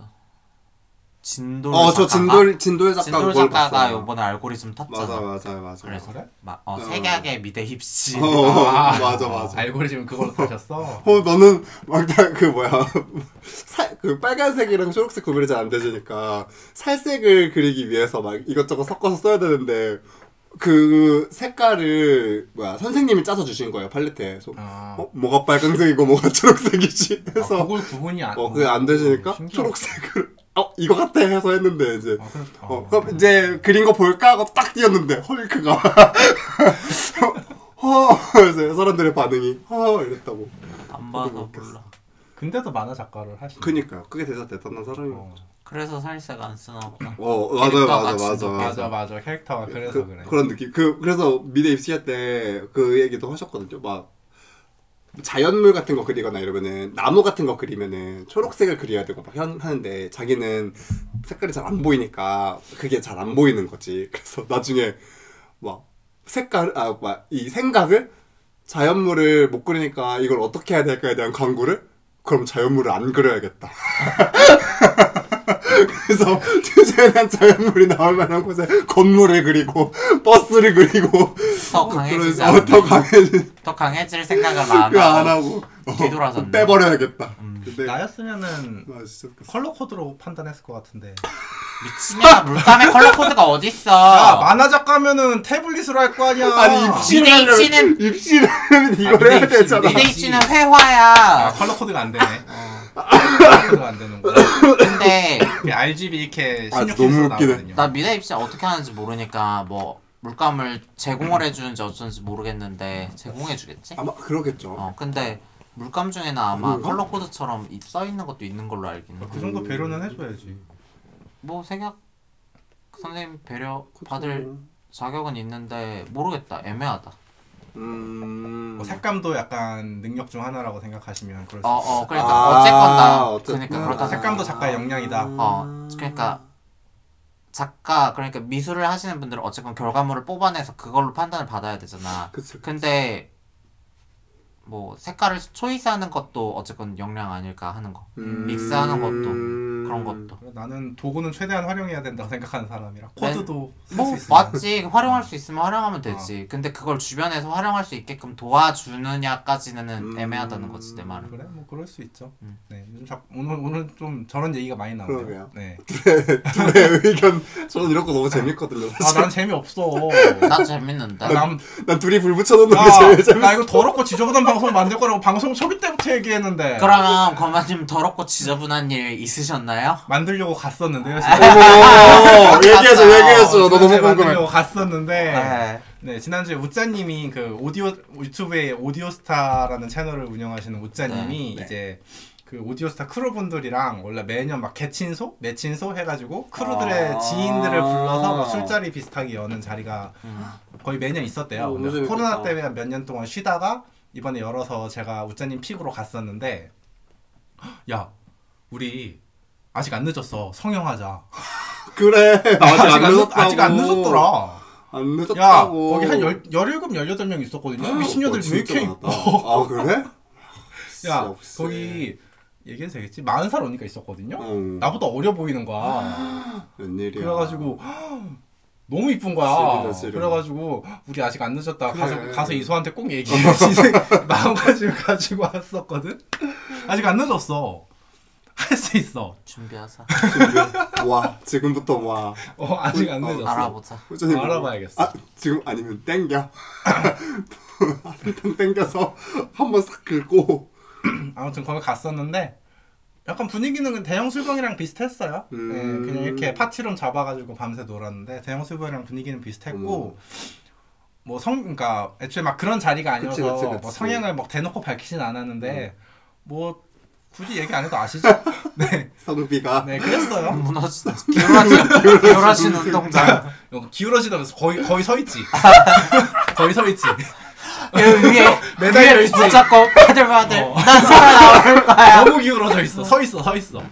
진돌
어저
작가가?
진돌 진돌 작가
진돌
그걸
작가가
봤어요.
요번에 알고리즘 탔잖아
맞아 맞아 맞아
그래서
그래?
막 어,
어.
색약의 미대 힙시
어, 어,
아.
맞아 맞아
알고리즘 그걸로 타셨어?
어 너는 막 그 뭐야 살, 그 빨간색이랑 초록색 구별이 잘 안 되니까 살색을 그리기 위해서 막 이것저것 섞어서 써야 되는데 그 색깔을 뭐야 선생님이 짜서 주신 거예요 팔레트에 그래서
아,
어, 뭐가 빨간색이고 뭐가 초록색이지
아,
해서
그걸 구분이 안.
어 그게 안 되시니까
신기하다.
초록색을 어 이거 같아 해서 했는데 이제
아, 그럼, 어.
어, 그럼 이제 그린 거 볼까 하고 딱 뛰었는데 헐크가 허 그래서 사람들의 반응이 허 이랬다고
안 봐도
그거
몰라
근데도 만화 작가를 하시네.
그니까요 그게 대사 대단한 사람이에요.
어. 그러니까
그래서 살색 안 쓰나 보다
어 맞아요
캐릭터가
맞아 맞아
진짜
맞아 맞아 캐릭터가 그래서 그, 래
런 느낌 그 그래서 미대 입시할 때 그 얘기도 하셨거든요 막 자연물 같은 거 그리거나 이러면은 나무 같은 거 그리면은 초록색을 그려야 되고 막 현- 하는데 자기는 색깔이 잘 안 보이니까 그게 잘 안 보이는 거지 그래서 나중에 막 색깔 아막이 생각을 자연물을 못 그리니까 이걸 어떻게 해야 될까에 대한 광고를 그럼 자연물을 안 그려야겠다 그래서 최대한 자연물이 나올 만한 곳에 건물을 그리고 버스를 그리고
더 강해지지
그런- 어, 더 강해지
더 강해질 생각을 안
그거 안
하고
하고 어,
뒤돌아섰네. 음.
빼버려야겠다. 근데
나였으면은
아, 진짜 웃겼어.
컬러 코드로 판단했을 것 같은데.
미친년아 물감의 컬러 코드가
야
어딨어
만화 작가면은 태블릿으로 할 거 아니야.
아. 아니 입시
미대
를
입시는-
입시를 이걸
미대
해야
입시,
되잖아.
미대
미대 입시는 회화야
아, 컬러 코드가 안 되네.
아.
컬러 코드가 안 되는 거야.
근데
이게 RGB 이렇게
아,
16
너무
킬로
웃기네.
나거든요.
나 미대 입시 어떻게 하는지 모르니까 뭐 물감을 제공을 해주는지 어쩐지 모르겠는데 제공해주겠지?
아마 그러겠죠.
어 근데 물감 중에는 아마
물감?
컬러 코드처럼 이- 써 있는 것도 있는 걸로 알긴
아,
그 정도 배려는 해줘야지.
해뭐 생각 선생님 배려 받을 자격은 있는데 모르겠다 애매하다
음.
뭐 색감도 약간 능력 중 하나라고 생각하시면 그럴 수
어어
있어요.
그러니까
아,
어쨌건 나
어쨌든.
그러니까 그렇다
색감- 색감도 작가의 역량이다.
음.
어, 그러니까 작가 그러니까 미술을 하시는 분들은 어쨌건 결과물을 뽑아내서 그걸로 판단을 받아야 되잖아
그치.
근데 뭐 색깔을 초이스하는 것도 어쨌건 역량 아닐까 하는 거
음.
믹스하는 것도 그런 것도
그래서 나는 도구는 최대한 활용해야 된다고 생각하는 사람이라
네.
코드도 쓸
뭐
수 있어.
맞지 활용할 수 있으면 활용하면 되지 근데 그걸 주변에서 활용할 수 있게끔 도와주느냐까지는
음.
애매하다는 거지 내 말은
그래 뭐 그럴 수 있죠.
음.
네 요즘 자, 오늘 오늘 좀 저런 얘기가 많이 나오네요.
그러게요.
네.
둘의 의견. 저는 이런 거 너무 재밌거든요.
아
사실.
난 재미 없어.
나 재밌는데
난
난 둘이 불 붙여놓는 게 제일
나,
재밌어.
나 이거 더럽고 지저분한 방송 만들 거라고 방송 초기 때부터 얘기했는데
그러면 거마님 더럽고 지저분한 일 있으셨나요?
만들려고 갔었는데요.
어머, 얘기해줘,
맞다.
얘기해줘. 너 너무 궁금해. 아,
만들려고 갔었는데
네.
네 지난주에 우짜님이 그 오디오 유튜브에 오디오스타라는 채널을 운영하시는 우짜님이
아,
네, 네.
이제 그 오디오스타 크루분들이랑 원래 매년 막 개친소, 매친소 해가지고 크루들의
아.
지인들을 불러서 막 술자리 비슷하게 여는 자리가
음.
거의 매년 있었대요.
오,
근데
너무
코로나
재밌겠다.
때문에 몇 년 동안 쉬다가 이번에 열어서 제가 우짜님 픽으로 갔었는데 야 우리 아직 안 늦었어 성형하자.
그래. 아직 안
늦-
늦었다고.
아직 안 늦었더라.
안
야,
늦었다고. 아,
거기 한 열, 17, 18명 있었거든요. 미친년들 왜 이렇게
있다.
이뻐.
아, 그래?
야,
역시.
거기 얘기해도 되겠지? 40살 언니가 있었거든요.
응.
나보다 어려 보이는 거야.
웬일이야.
그래가지고 너무 이쁜 거야.
지리다, 지리.
그래가지고 우리 아직 안 늦었다.
그래.
가서 가서 이소한테 꼭 얘기해. 마음가짐 가지고 왔었거든. 아직 안 늦었어. 할 수 있어.
준비하자
와, 지금부터 와.
어, 아직 안 늦었어.
알아보자
꾸준히
어, 알아봐야겠어.
아, 지금 아니면 땡겨. 한탕 땡겨서 한번 싹 긁고.
아무튼 거기 갔었는데 약간 분위기는 그 대형 술병이랑 비슷했어요.
음.
예, 그냥 이렇게 파티룸 잡아가지고 밤새 놀았는데 대형 술병이랑 분위기는 비슷했고 뭐 성 그러니까 애초에 막 그런 자리가
음.
아니어서
그치, 그치, 그치. 음.
뭐 성향을 막 대놓고 밝히진 않았는데 뭐 굳이 얘기 안 해도 아시죠? 네,
성비가.
네 그랬어요.
무너진 기울어진 기울어진 운동장
기울어지다면서 거의 거의 서 있지. 거의 서 있지.
그 위에
매달려
위에
있지.
붙잡고 바들바들
어.
난 살아나올 거야
너무 기울어져 있어. 서 있어, 서 있어.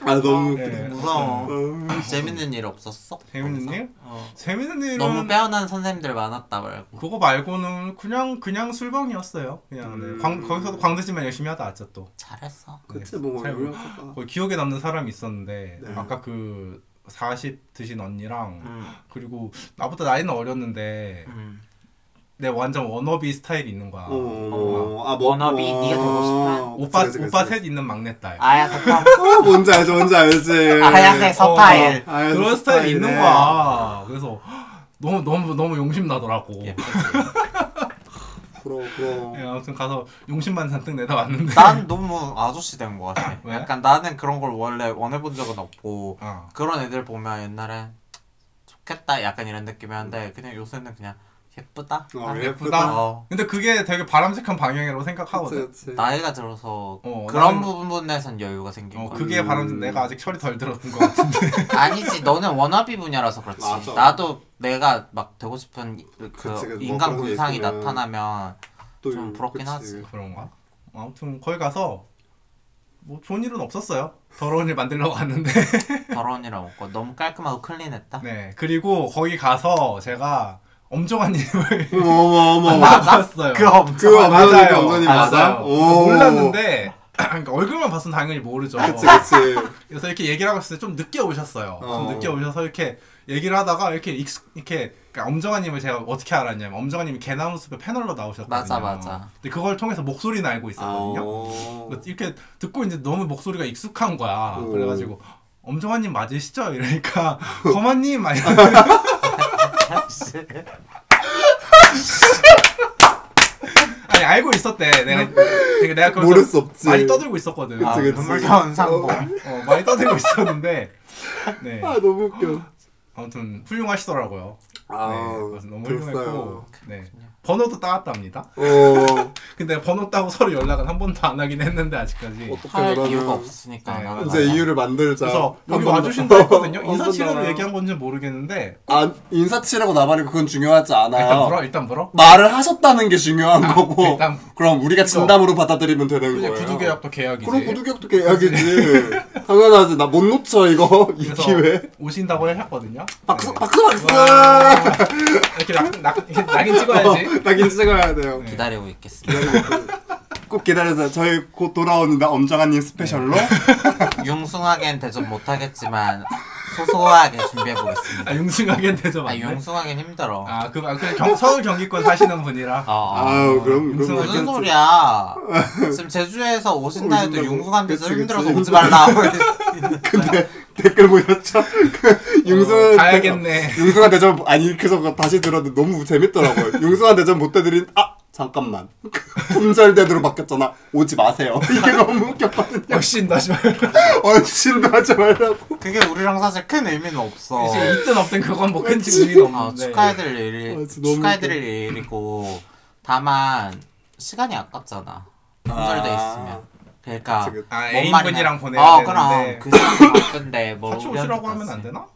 아, 너무.
네.
웃기네.
무서워
어.
음. 재밌는 일 없었어?
재밌는 일?
어.
재밌는 일은
너무 빼어난 선생님들 많았다 말고
그거 말고는 그냥 그냥 술방이었어요. 그냥
음.
네. 광, 거기서도 광대지만 열심히 하다 왔죠 또.
잘했어
그치, 뭐,
잘
유명하다.
거의 기억에 남는 사람이 있었는데
네.
아까 그 40 드신 언니랑
음.
그리고 나보다 나이는 어렸는데
음.
내 완전 워너비 스타일이 있는 거야.
어, 아, 뭐,
워너비,
어.
네가 되고 싶은?
오빠
그치, 그치,
오빠
그치.
셋 있는 막내딸.
아야색 파
어, 뭔지 알지, 뭔지 알지.
아야색 서파일
아, 아야색
어, 그런 스타일이
스타일이네.
있는 거야. 그래서 너무 너무 너무 용심 나더라고. 예.
부러워, 부러워.
아무튼 가서 용심만 잔뜩 내다
어.
왔는데.
난 너무 아저씨 된 것 같아
왜?
약간 나는 그런 걸 원래 원해본 적은 없고
아,
그런 애들 보면 옛날에 좋겠다 약간 이런 느낌이었는데 그냥 요새는 그냥 예쁘다.
어,
아,
예쁘다.
어.
근데 그게 되게 바람직한 방향이라고 생각하거든.
그치, 그치.
나이가 들어서
어,
그런
나는-
부분에선 여유가 생긴
어
거야.
그게
음.
바람직 내가 아직 철이 덜 들었던 것 같은데.
아니지 너는 워너비 분야라서 그렇지.
맞아.
나도 내가 막 되고 싶은 그
그치, 그치.
인간
뭐 그런 게
군상이
있으면.
나타나면
또
좀 부럽긴
그치.
하지.
그런가? 아무튼 거기 가서 뭐 좋은 일은 없었어요. 더러운 일 만들려고 갔는데.
더러운이라 없고 너무 깔끔하고 클린했다.
네. 그리고 거기 가서 제가 엄정한 일을
어머, 어머, 어머.
맞았어요.
그 엄청
그
맞아요.
엄선이 엄선이 맞아?
맞아요. 몰랐는데 그러니까 얼굴만 봤으면 당연히 모르죠.
그치 그치
그래서 이렇게 얘기를 하고 있을 때 좀 늦게 오셨어요.
어.
좀 늦게 오셔서 이렇게 얘기를 하다가 이렇게 익숙 이렇게 그러니까 엄정아님을 제가 어떻게 알았냐면 엄정아님이 개나무숲에 패널로 나오셨거든요.
맞아, 맞아.
근데 그걸 통해서 목소리는 알고 있었거든요.
어...
이렇게 듣고 이제 너무 목소리가 익숙한 거야.
오.
그래가지고 엄정아님 맞으시죠? 이러니까 거만님 막 이러면서 아니 알고 있었대. 내가 되게 내가 그걸
모를
좀
수 없지
많이 떠들고 있었거든.
그치, 그치.
아, 눈물겨운 상봉.
어, 많이 떠들고 있었는데 네
아 너무 웃겨
아무튼 훌륭하시더라고요.
아
네, 그래서 너무
그랬어요.
훌륭했고 네. 번호도 따왔답니다.
어
근데 번호 따고 서로 연락은 한 번도 안 하긴 했는데 아직까지.
어떻게
할 이유가
그러면
없으니까.
네,
나는
이제
맞아.
이유를 만들자
그래서
한번
여기
더.
와주신다 했거든요.
한번
인사치레로
더.
얘기한 건지 는 모르겠는데
아 인사치라고 나발이고 그건 중요하지
일단
않아요
물어 일단 물어.
말을 하셨다는 게 중요한 거고
아, 일단
그럼 우리가 진담으로 받아들이면 되는
이제
거예요
구두계약도 계약이지.
그럼 구두계약도 계약이지 당연하지 나 못 놓쳐 이거 이
그래서
기회
오신다고 했거든요.
박수
네.
박수 박수
와. 이렇게 낙, 낙, 이렇게 낙인 찍어야지.
나긴 찍어야 돼요
네.
기다리고 있겠습니다.
꼭 기다려서 저희 곧 돌아오는 엄정아님 스페셜로
네.
융숭하게는 대접 못하겠지만 소소하게 준비해보겠습니다.
아 융숭하게 되죠
아,
맞네.
융숭하게는 힘들어.
아그 아, 그 경- 서울 경기권 사시는 분이라.
어, 어.
아우 그럼 뭐. 그럼
무슨
무슨
괜찮지.
소리야? 지금 제주에서 오신다 해도
오신다고.
융숭한 데서
그치, 그치.
힘들어서 오지 말라고 했는데
근데 댓글 보셨죠? 그 융승
어,
어.
가야겠네.
융승한 대전 아니 그래서 다시 들었는데 너무 재밌더라고요. 융승한 대전 못 대드린 아 잠깐만 품절대드로 바뀌었잖아. 오지 마세요. 이게 너무 웃겼거든요.
역시 다시 말.
얼씬도 하지 말라고.
그게 우리랑 사실 큰 의미는 없어.
이제 있든 없든 그건 뭐큰 의미가
아,
없는데.
축하해드릴 일이
아, 진짜 너무
축하해드릴 일이고 다만 시간이 아깝잖아. 품절돼 있으면. 그러니까
그치, 그치.
아,
뭔
애인
말이냐.
분이랑 보내야
어,
되는데.
그럼 그 시간이 바쁜데 뭐
같이
우리한테
오시라고 하면
갔지.
안 되나?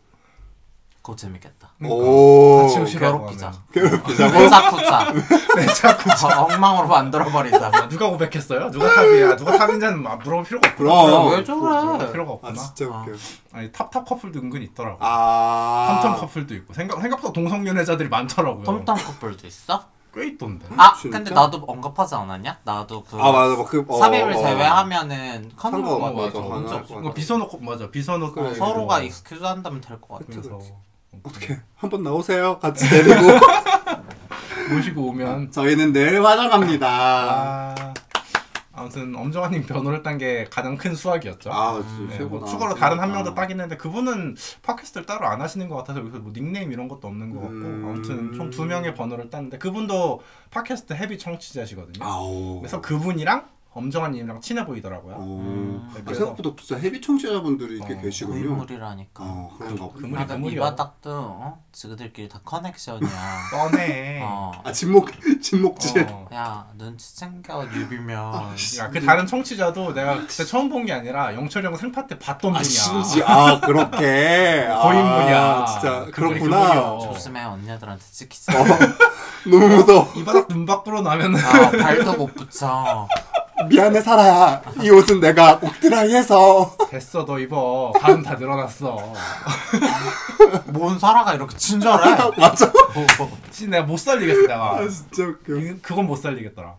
그거 재밌겠다.
어. 오.
그러니까. 같이 오시라고
괴롭히자.
하면.
괴롭히자고.
푸자
네, 자꾸 아,
푸자. 어, 엉망으로 만들어버리자.
누가 고백했어요? 누가 탑이야? 누가 탑인지는 막 물어볼 필요가 없구나.
그럼.
왜
물어볼
저래?
필요가
아
없구나.
진짜 웃겨.
아니 탑탑 커플도 은근 있더라고.
아.
텀텀 커플도 있고 생각 생각보다 동성연 애자들이 많더라고요.
톰톰 커플도 있어?
꽤 있던데.
아
진짜?
근데 나도 언급하지 않았냐? 나도 그
아 맞아 막그 어,
삽입을
어, 어.
제외하면은
상관 맞아,
컨셉
맞아.
맞아. 이거 비서놓고 맞아 비서놓고
그래,
서로가 익스큐즈한다면 될 것 같아.
그래서 뭐
어떻게 한번 나오세요. 같이 데리고.
모시고 오면
저희는 늘 화장합니다.
아 아무튼 엄정아님 변호를 딴 게 가장 큰 수학이었죠.
아,
네,
진짜
뭐
최고다.
추가로 다른 한
최고다.
명도 따긴 했는데 그분은 팟캐스트를 따로 안 하시는 것 같아서 여기서 뭐 닉네임 이런 것도 없는 것 같고
음.
아무튼 총 두 명의 번호를 땄는데 그분도 팟캐스트 헤비 청취자시거든요.
아오.
그래서 그분이랑 엄정아님이랑 친해 보이더라고요.
오.
음.
아,
그래서-
생각보다 진짜 헤비 청취자분들이 이렇게
어,
계시군요.
고인물이라니까.
어, 그런가 보다.
그물이
나는
그물이야.
이바닥도 어? 지그들끼리 다 커넥션이야.
뻔해.
어.
아, 진목 진목질.
어.
야 눈치 챙겨 유비면.
야, 그 다른 청취자도 내가 그때 처음 본 게 아니라 영철이 형 생파 때 봤던
아,
분이야.
심지 아, 그렇게. 아,
고인물이야.
진짜
그분이
그렇구나.
그분이요.
조심해 언니들한테 찍히지.
어, 너무 무서워.
이 바닥 눈 밖으로 나면
아 발도 못 붙여.
미안해 사라야. 이 옷은 내가 옥드라이해서
됐어 너 입어. 가슴 다 늘어났어.
뭔 사라가 이렇게 친절해? 뭐,
맞아.
진 내가 못 살리겠어 내가.
아, 진짜 웃겨.
이- 그건 못 살리겠더라.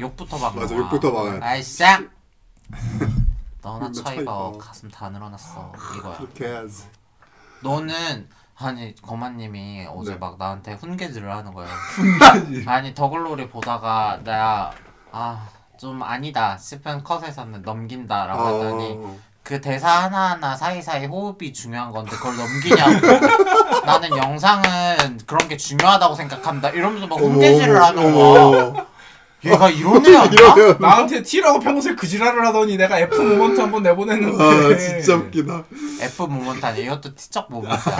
욕부터 막아.
맞아, 욕부터 막아야 돼.
아이씨야. 너나
근데
차 입어.
차이가.
가슴 다 늘어났어. 이거야.
그렇게 해야지.
너는 아니 거만님이 어제
네.
막 나한테 훈계질을 하는 거예요. 아니 더글로리 보다가 나아좀 아니다 싶은 컷에서는 넘긴다라고 했더니
어.
그 대사 하나하나 사이사이 호흡이 중요한 건데 그걸 넘기냐고 나는 영상은 그런 게 중요하다고 생각한다 이러면서 막 훈계질을 하는 거야
어머.
얘가 이런 애였나?
이러면
나한테 T라고 평소에 그 지랄을 하더니 내가 F 모먼트 한번 내보냈는데.
아, 진짜
네.
웃기다.
F 모먼트 아니야 이것도 티적 모먼트야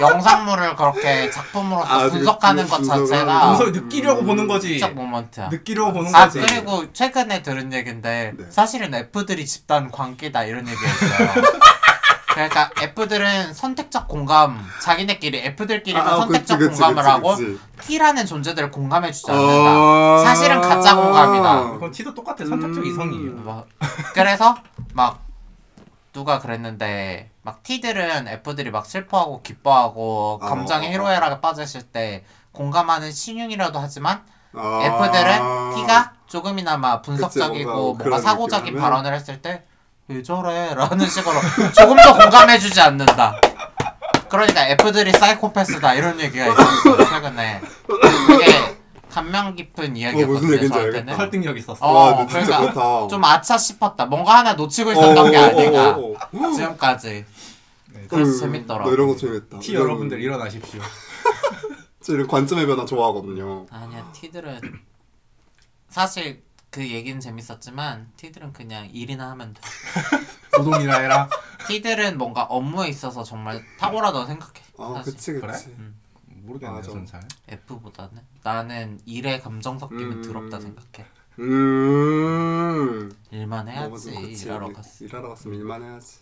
영상물을 그렇게 작품으로서
아, 그래,
분석하는 것
분석을
자체가
평소에 느끼려고 보는 거지.
티적 모먼트야
느끼려고 보는
아
거지.
그리고 최근에 들은 얘긴데
네.
사실은 F들이 집단 관계다 이런 얘기였어요. 그러니까 F들은 선택적 공감, 자기네끼리 F들끼리만
아,
선택적
그치, 그치,
공감을
그치,
하고
그치.
T라는 존재들을 공감해주지 않는다.
아.
사실은 가짜 공감이다.
그건 T도 똑같아. 선택적
음.
이성이에요.
막- 뭐 그래서 막 누가 그랬는데 막 T들은 F들이 막 슬퍼하고 기뻐하고
아,
감정의
어, 어.
희로애락에 빠졌을 때 공감하는 신용이라도 하지만
아.
F들은 T가 조금이나마 분석적이고
뭔가
뭔가,
그런
사고적인
느낌을 하면-
발언을 했을 때 왜 저래? 라는 식으로 조금 더 공감해주지 않는다. 그러니까 F들이 사이코패스다 이런 얘기가 있었어요 최근에 그게 감명 깊은 이야기였거든요
어, 무슨 얘기인지
저한테는
네.
설득력 있었어.
어,
와, 근데 진짜
그러니까
그렇다.
좀 아차 싶었다 뭔가 하나 놓치고 있었던 게 아닌가
어, 어, 어.
지금까지
네,
그래서
음,
재밌더라.
나 이런 거 재밌다.
티 여러분들 일어나십시오.
저 이런 관점의 변화 좋아하거든요.
아니야 티들은 사실 그 얘기는 재밌었지만 티들은 그냥 일이나 하면 돼
노동이나 해라.
티들은 뭔가 업무에 있어서 정말 탁월하다고 생각해
아,
사실
그치,
그래?
그치.
모르겠네요,
맞아.
저는 잘.
F보다는 나는 일에 감정
음.
섞이면 더럽다 생각해
음.
일만 해야지
넘어지면 그치.
일하러 갔어
일하러 갔으면 일만 해야지.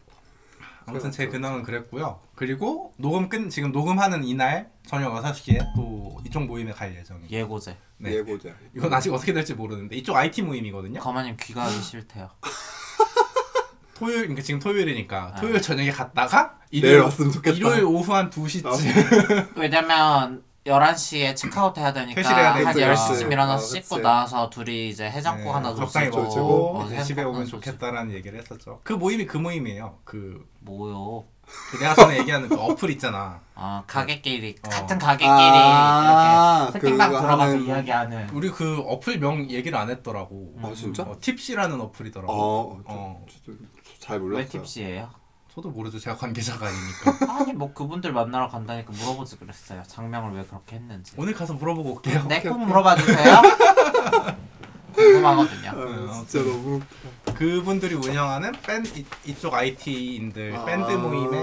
아무튼 제 근황은 그랬고요. 그리고 녹음 끝 지금 녹음하는 이날 저녁 6시에 또 이쪽 모임에 갈 예정이에요.
예고제
네.
예고자.
이건 아직 어떻게 될지 모르는데 이쪽 IT 모임이거든요.
거마님 귀가
음.
하기 싫대요
토요일 그러니까 지금 토요일이니까
아.
토요일 저녁에 갔다가
내일 왔으면 좋겠다. 아,
일요일 오후 한 2시쯤 네,
왜냐면 11시에 체크아웃 해야 되니까
퇴실해야 되니까.
한
네,
10시쯤 일어나서
아, 그치.
씻고 나와서 둘이 이제 해장국 하나
적당히
소스
소시지
먹고
어,
이제
해장국
집에 오면
하나 소시지.
좋겠다라는 얘기를 했었죠. 그 모임이 그 모임이에요. 그,
뭐요?
그 내가 전에 얘기하는 그 어플 있잖아.
아 가게끼리
어.
같은 가게끼리
아,
이렇게 채팅방
그거
들어가서
하는-
이야기하는
우리 그 어플 명 얘기를 안 했더라고.
아, 진짜?
어, 팁시라는 어플이더라고.
어, 저-
어.
저- 저- 잘 몰랐어요.
왜 팁시예요?
저도 모르죠. 제가 관계자가 아니니까.
아니 뭐 그분들 만나러 간다니까 물어보지 그랬어요 장명을 왜 그렇게 했는지
오늘 가서 물어보고 올게요.
네 꼭 물어봐 주세요 궁금하거든요
네,
아, 진짜 너무
그분들이 운영하는 밴 이, 이쪽 IT인들
아.
밴드 모임에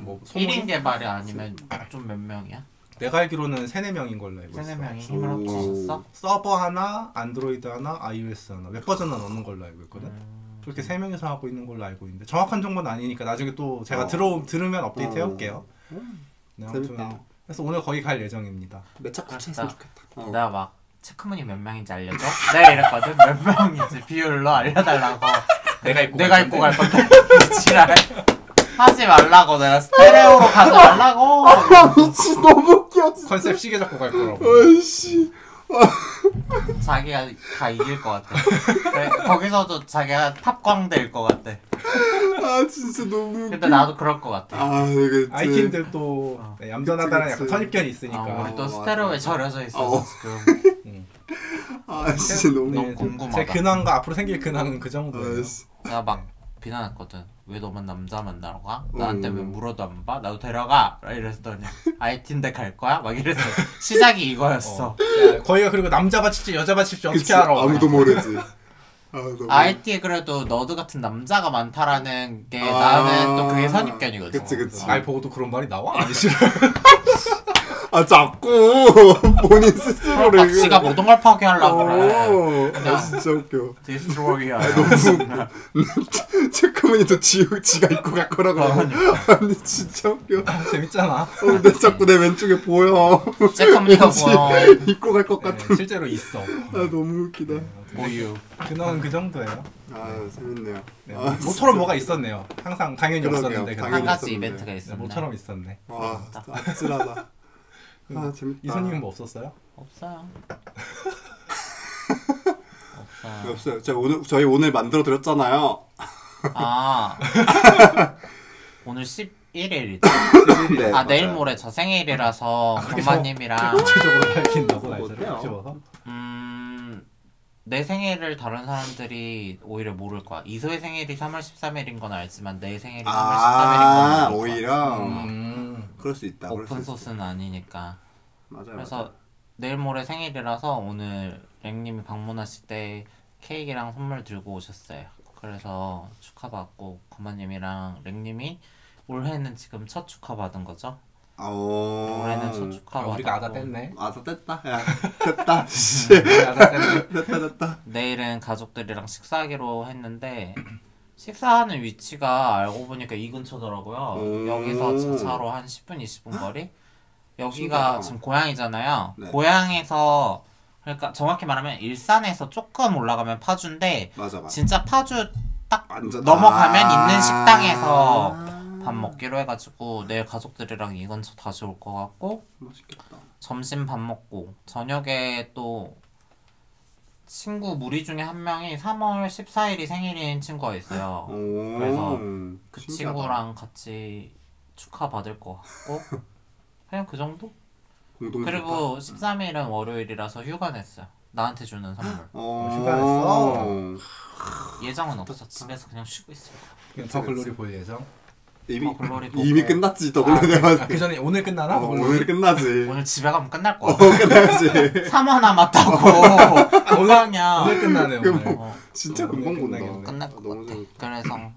뭐 소모임
1인 개발이 아니면 좀 몇 명이야?
내가 알기로는 3, 4명인 걸로 알고 있어.
3, 4명이 힘을
오.
합치셨어?
서버 하나, 안드로이드 하나, iOS 하나. 웹 버전은 없는 걸로 알고 있거든.
음.
그렇게 세 명이서 하고 있는 걸로 알고 있는데 정확한 정보는 아니니까 나중에 또 제가
어.
들어 들으면 업데이트
어.
해올게요. 네, 아무튼
재밌다.
그래서 오늘 거기 갈 예정입니다.
매차
그렇다.
구체했으면 좋겠다. 어.
내가 막 체크무늬 몇 명인지 알려줘? 내가 이랬거든 몇 명인지 비율로 알려달라고
내가 입고
내가 입고 갈 건데 지랄 하지 말라고 내가 스테레오로 가지 말라고
야, 미친 너무 웃겨. 진짜.
컨셉 시계 잡고 갈 거라고.
그 아이씨.
자기가 다 이길 것 같아 그래, 거기서도 자기가 탑광대일 것 같아
아, 진짜 너무 웃겨.
근데 나도 그럴 것 같아
아, 이게 진-
IT인들 또
어.
네, 얌전하다는
그치,
약간
그치.
선입견이 있으니까.
아, 우리 또
어,
스테레오에
맞아.
절여져
어.
있어 지금
아, 진짜 너무
너무
네,
궁금하다.
제 근황과 앞으로 생길 근황은 그 정도예요.
아이씨.
내가 막 비난했거든 왜 너만 남자 만나러 가?
음.
나한테 왜 물어도 안 봐? 나도 데려가! 이랬더니 IT인데 갈 거야? 막 이랬어 시작이 이거였어
어. 야, 거기가 그리고 남자 받칠지 여자 받칠지 어떻게
그치,
알아?
아무도 모르지. 아, 너무...
IT에 그래도 너드 같은 남자가 많다라는 게
아.
나는 또 그게 선입견이거든.
그치, 그치.
날 보고도 그런 말이 나와? 아니, 싫어.
아, 자꾸 본인 스스로를.
어, 막 지가 모든 걸 파괴하려고 그래.
어, 아, 진짜 웃겨.
디스트로이야.
체크무늬도 지, 지가 입고 갈 거라고. 아니, 진짜 웃겨.
재밌잖아.
어, 근데 자꾸 내 왼쪽에 보여.
체크무늬가
왠지
보여.
입고 갈 것
네,
같은.
실제로 있어.
아, 너무 웃기다.
보유.
근황은 그 정도예요.
아, 재밌네요.
네,
아,
모처럼 뭐가 있었네요. 항상 당연히
그러게요.
없었는데 근데
한
당연히
가지
있었는데.
이벤트가
네,
있었네.
모처럼 있었네.
와, 아, 진짜 아찔하다. 아, 재밌다.
이선님은 뭐 없었어요?
없어요. 없어요.
없어요. 제가 오늘, 저희 오늘 만들어 드렸잖아요.
아 오늘 11일이죠.
네,
아 내일
맞아요.
모레 저 생일이라서
아, 그렇게
어, 엄마님이랑
구체적으로 밝힌다고 날짜를
뭐 어때요?
집어서
음, 내 생일을 다른 사람들이 오히려 모를 거야. 이소의 생일이 3월 13일인 건 알지만 내 생일이 3월 13일인
아,
건 모를 거야.
오히려.
음.
그럴 수 있다. 그럴 수
오픈
있어.
소스는 아니니까.
네,
맞아요.
그래서 내일 모레 생일이라서 오늘 랭님이 방문하실 때 케이크랑 선물 들고 오셨어요. 그래서 축하받고 거마님이랑 랭님이 올해는 지금 첫 축하받은 거죠?
맞아요. 오.
올해는 첫
아,
축하받고
우리가 아다 뗐네.
아, 다 뗐다. 야, 됐다. 씨.
우리 아다 뗐네.
됐다, 됐다.
내일은 가족들이랑 식사하기로 했는데 식사하는 위치가 알고 보니까 이 근처더라고요.
오.
여기서 자차로 한 10분 20분 거리. 여기가
신기하다.
지금 고향이잖아요.
네.
고향에서 그러니까 정확히 말하면 일산에서 조금 올라가면 파주인데
맞아, 맞아.
진짜 파주 딱
완전
넘어가면
아.
있는 식당에서 밥 먹기로 해가지고 내일 가족들이랑 이 근처 다시 올 것 같고
맛있겠다.
점심 밥 먹고 저녁에 또 친구 무리 중에 한 명이 3월 14일이 생일인 친구가 있어요.
오,
그래서 그
신기하다.
친구랑 같이 축하 받을 것 같고 그냥 그 정도?
공동 좋다.
그리고 13일은 월요일이라서 휴가 냈어요. 나한테 주는 선물.
어,
휴가 냈어.
뭐 예정은 없어. 집에서 그냥 쉬고 있어요.
그냥 더 글로리 볼 예정.
이미
어, 글로리 보고.
이미 끝났지 더 글로리
아,
봤을
그
네.
때.
전에 오늘 끝나나?
어,
오늘,
오늘 끝나지.
오늘 집에 가면 끝날 거야.
어, 끝나지.
3화 남았다고. 금방이야.
오늘 끝나네 오늘.
그럼-
어,
진짜
어,
금방
오늘
본다.
끝나겠네.
끝날 것
너무
같아.
재밌다.
그래서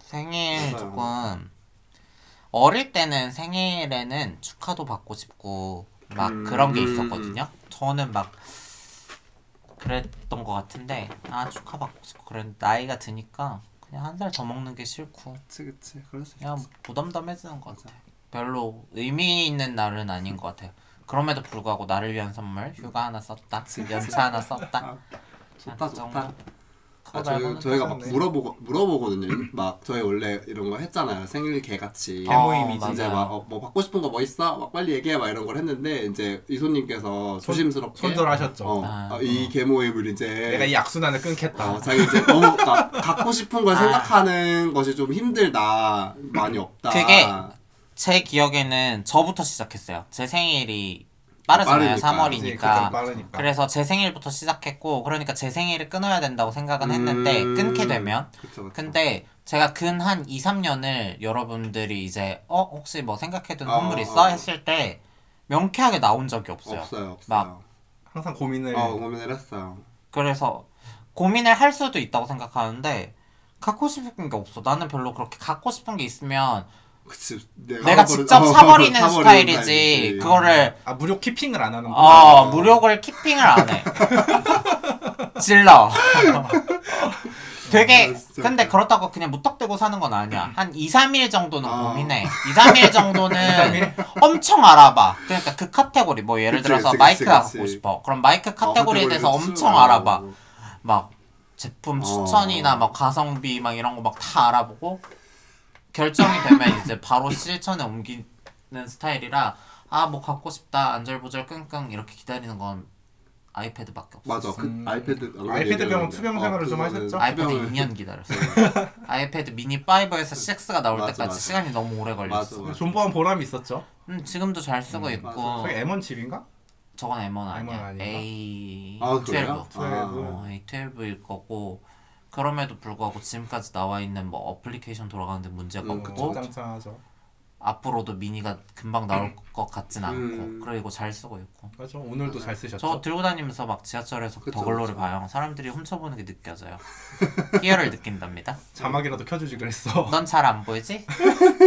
생일
맞아요.
조금 어릴 때는 생일에는 축하도 받고 싶고 막
음.
그런 게 있었거든요. 저는 막 그랬던 것 같은데 아 축하 받고 싶고 그런 나이가 드니까 그냥 한 살 더 먹는 게 싫고
그치 그치. 그럴 수
그냥 무덤덤해지는 것 같아요. 별로 의미 있는 날은 아닌 것 같아요. 그럼에도 불구하고 나를 위한 선물 휴가 하나 썼다, 연차 하나 썼다.
좋다,
그 정도.
좋다.
그거
아, 저희,
말고는
저희가 막
괜찮네.
물어보고 물어보거든요. 막 저희 원래 이런 거 했잖아요. 생일 개 같이.
개 모임이지.
어,
이제
맞아요.
막뭐 받고 싶은 거 뭐 있어? 막 빨리 얘기해 막 이런 걸 했는데 이제 이소님께서
손-
조심스럽게
손절하셨죠.
어,
아.
아, 이 개모임을 이제
내가 이 악순환을 끊겠다.
어, 자기 이제 너무 가, 갖고 싶은 걸
아.
생각하는 것이 좀 힘들다 많이 없다.
그게 제 기억에는 저부터 시작했어요. 제 생일이 빠르잖아요.
빠르니까.
이제 그때는
3월이니까.
빠르니까.
그래서 제 생일부터 시작했고, 그러니까 제 생일을 끊어야 된다고 생각은 했는데,
음.
끊게 되면.
그쵸, 그쵸.
근데 제가 근 한 2, 3년을 여러분들이 이제, 어, 혹시 뭐 생각해둔
어,
선물
어.
있어? 했을 때, 명쾌하게 나온 적이 없어요.
없어요. 없어요.
막.
항상 고민을
어 고민을 했어요.
그래서 고민을 할 수도 있다고 생각하는데, 갖고 싶은 게 없어. 나는 별로 그렇게 갖고 싶은 게 있으면
그치 내가,
내가
버리-
직접
어,
네, 사버리는
사버리는 어,
스타일이지. 그거를
아 무료 키핑을 안 하는 거.
어, 무력을 키핑을 안 해. 질러. 되게,
진짜.
근데 그렇다고 그냥 무턱대고 사는 건 아니야. 한 2, 3일 정도는
아.
고민해. 2, 3일 정도는 엄청 알아봐. 그러니까 그 카테고리, 뭐 예를
그치,
들어서
그치,
마이크 가
그치,
갖고
그치.
싶어. 그럼 마이크 카테고리에
어,
대해서
카테고리를
엄청
추출하고.
알아봐.
음,
막 제품
어.
추천이나 막 가성비 막 이런 거 막 다 알아보고 결정이 되면 이제 바로 실천에 옮기는 스타일이라 아 뭐 갖고 싶다 안절부절 끙끙 이렇게 기다리는 건 아이패드밖에 없어.
맞아. 그
음.
아이패드 안
아이패드 병원
얘기하는데.
투병
어,
생활을 좀
그거는
하셨죠?
아이패드
투병을-
2년 기다렸어. 아이패드 미니 5에서 6가 나올
맞아,
때까지
맞아.
시간이 너무 오래
맞아.
걸렸어.
맞아.
존버한 보람이 있었죠.
음, 지금도 잘 쓰고
음,
있고
맞아.
저게 M1 집인가?
저건 M1
M1
아니야.
아닌가?
A
아
12.
그래요?
트웰브.
아,
네.
어, A12일 거고 그럼에도 불구하고 지금까지 나와 있는 뭐 어플리케이션 돌아가는데 문제가
음,
없고
그쵸.
어, 장장하죠.
앞으로도 미니가 금방 나올 것 같진 않고
음.
그리고 잘 쓰고 있고
맞아. 오늘도 잘
저
쓰셨죠.
들고 다니면서 막 지하철에서
그쵸,
더글로를
그쵸.
봐요 사람들이 훔쳐보는 게 느껴져요 희열을 느낀답니다
자막이라도 켜주지 그랬어.
넌 잘 안 보이지?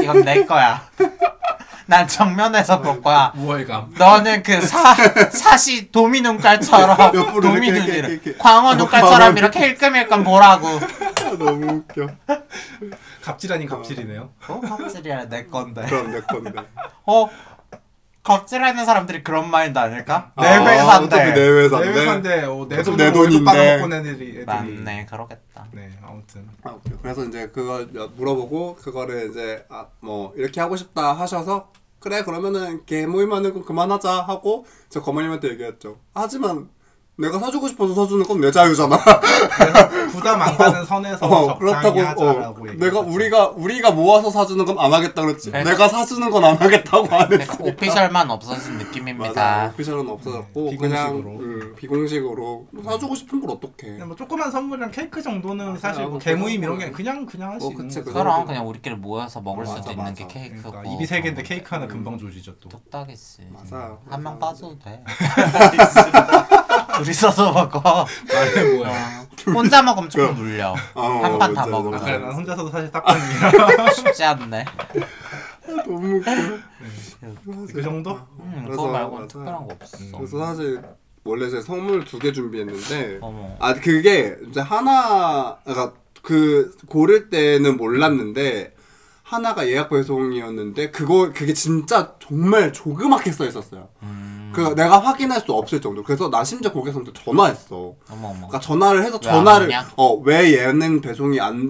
이건 내 거야 난 정면에서 볼 거야
우월감.
너는 그 사, 사시 도미 눈깔처럼
옆으로
도미
이렇게, 이렇게,
눈이래
이렇게. 아,
광어 눈깔처럼
광어
이렇게 힐끔힐끔 보라고
아, 너무 웃겨.
갑질 아닌 갑질이네요.
어? 갑질이야 내 건데
그럼 내 건데.
어? 갑질하는 사람들이 그런 마인드 아닐까? 내
아,
회사인데
어차피 내 회사인데.
내 회사인데 어, 내
어차피
돈으로
내
월급
돈인데.
받아먹고 낸 애들이. 애들이.
맞네 그러겠다
네 아무튼
아, 오케이. 그래서 이제 그걸 물어보고 그거를 이제 아, 뭐 이렇게 하고 싶다 하셔서 그래 그러면은 개 모임하는 건 그만하자 하고 저 거머님한테 얘기했죠. 하지만 내가 사주고 싶어서 사주는 건 내 자유잖아.
부담 안 가는 선에서
어,
적당히
그렇다고 어,
하자라고 얘기.
내가 우리가 우리가 모아서 사주는 건 안 하겠다 그랬지.
네.
내가 사주는 건 안 하겠다고 안
근데
했어.
그러니까 오피셜만 없어진 느낌입니다
그 맞아. 오피셜은 없어졌고
네,
그냥
비공식으로.
음, 비공식으로 뭐 사주고 싶은 걸 어떻게?
그냥 뭐 조그만 선물이랑 케이크 정도는
맞아요.
사실 뭐
뭐
개모임 이런
그런
게
거.
그냥 그냥 할 수
어,
있는
그치,
거죠.
그거.
그럼 그냥 우리끼리 모여서 먹을
맞아,
수도 있는 게
맞아.
케이크고
그러니까 입이 세 개인데 케이크 하나 금방 조지죠 또.
똑딱이지
맞아.
한 명
맞아.
빠져도 돼 둘이서도 먹어
말해 뭐야.
혼자 먹으면 조금
아, 그럼.
물려
어,
한 판 다
맞아,
아,
먹으면
그래 난 혼자서도 사실 딱밤이라
쉽지 않네
너무 웃겨.
네. 그 정도?
음,
그래서
그거 말고는
맞아요.
특별한 거 없어
그래서 사실 원래 제 선물 두 개 준비했는데
어머
아 그게 이제 하나 그러니까 그 고를 때는 몰랐는데 하나가 예약 배송이었는데 그거 그게 진짜 정말 조그맣게 써 있었어요.
음,
그 내가 확인할 수 없을 정도. 그래서 나 심지어 고객한테 전화했어.
어머 어머
그러니까 전화를 해서
왜안
전화를
오냐?
어 왜 얘는 배송이 안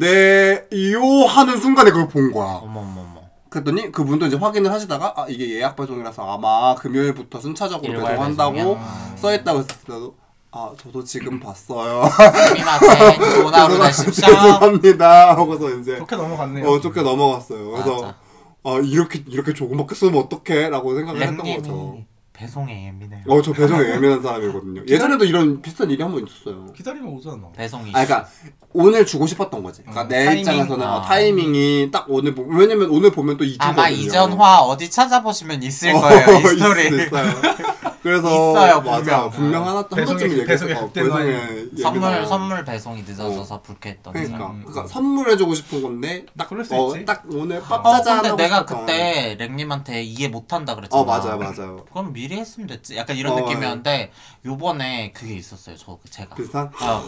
돼요 하는 순간에 그걸 본 거야.
어머 어머 어머
그랬더니 그분도 이제 확인을 하시다가 아 이게 예약 배송이라서 아마 금요일부터 순차적으로
일괄
배송한다고
배송이야?
써있다고 했어도 아 저도 지금 봤어요.
스미마셍 좋은 하루 되십시오.
죄송합니다. 하고서 이제
좋게 넘어갔네요.
어 쫓겨 넘어갔어요. 그래서
맞아.
아 이렇게 이렇게 조금밖에 쓰면 어떡해라고 생각을 했던 거죠.
랭님이 배송에 예민해요.
어 저 배송에 예민한 사람이거든요. 예전에도 이런 비슷한 일이 한 번 있었어요.
기다리면 오잖아.
배송 이슈.
아, 그러니까 오늘 주고 싶었던 거지. 그러니까
어,
내
타이밍.
입장에서는 어,
음, 아.
타이밍이 딱 오늘 보- 왜냐면 오늘 보면 또 이주거든요. 어,
아마 이전 화 어디 찾아보시면 있을 거예요 이 스토리.
있어요. 그래서
있어요,
맞아
분명.
분명 하나 또
배송에-
한 번쯤 얘기했을
배송에
것 같고
그때는
배송에 얘기
선물
나와요.
선물 배송이 늦어져서 불쾌했던.
그러니까
음.
그러니까 선물해주고 싶은 건데 딱,
그럴 수
어,
있지.
딱 오늘
어
빡짜자
근데
하고
내가
싶었던.
그때 랭님한테 이해 못한다 그랬잖아.
어 맞아요 맞아요
그럼 미리 했으면 됐지. 약간 이런
어,
느낌이었는데 요번에 그게 있었어요. 저
아.
제가.
비슷한
어.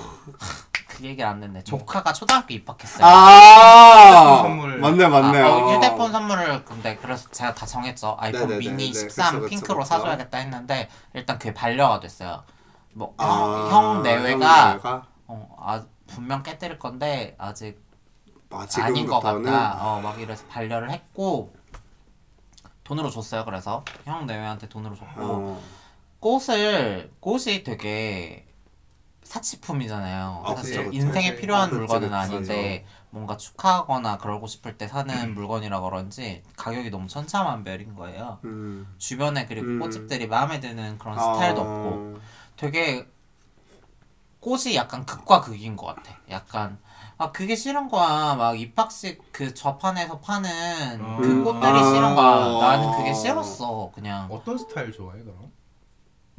그 얘기 안 했네. 조카가 초등학교 입학했어요.
아
휴대폰 선물.
맞네 맞네
네. 아, 어,
어.
휴대폰 선물을 근데 그래서 제가 다 정했죠. 아이폰
네네네네. 그렇죠.
미니
그쵸,
13
그쵸,
핑크로
그쵸.
사줘야겠다 했는데 일단 그게 발려가 됐어요. 뭐 형
아,
내외가
형 내외가?
어, 아, 분명 깨뜨릴 건데 아직
아,
아닌 것
지금부터는
같다. 어, 막 이래서 반려를 했고 돈으로 줬어요. 그래서 형 내외한테 돈으로 줬고
어.
꽃을 꽃이 되게 사치품이잖아요.
아,
사실
그쵸, 그쵸.
인생에
그치.
필요한
아, 그쵸,
물건은
그쵸.
아닌데 뭔가 축하하거나 그러고 싶을 때 사는 물건이라 그런지 가격이 너무 천차만별인 거예요.
음.
주변에 그리고
음.
꽃집들이 마음에 드는 그런
아.
스타일도 없고 되게 꽃이 약간 극과 극인 것 같아. 약간 아 그게 싫은 거야. 막 입학식 그 좌판에서 파는 그
음.
꽃들이
아.
싫은 거야. 나는 그게 싫었어. 그냥
어떤 스타일 좋아해 그럼?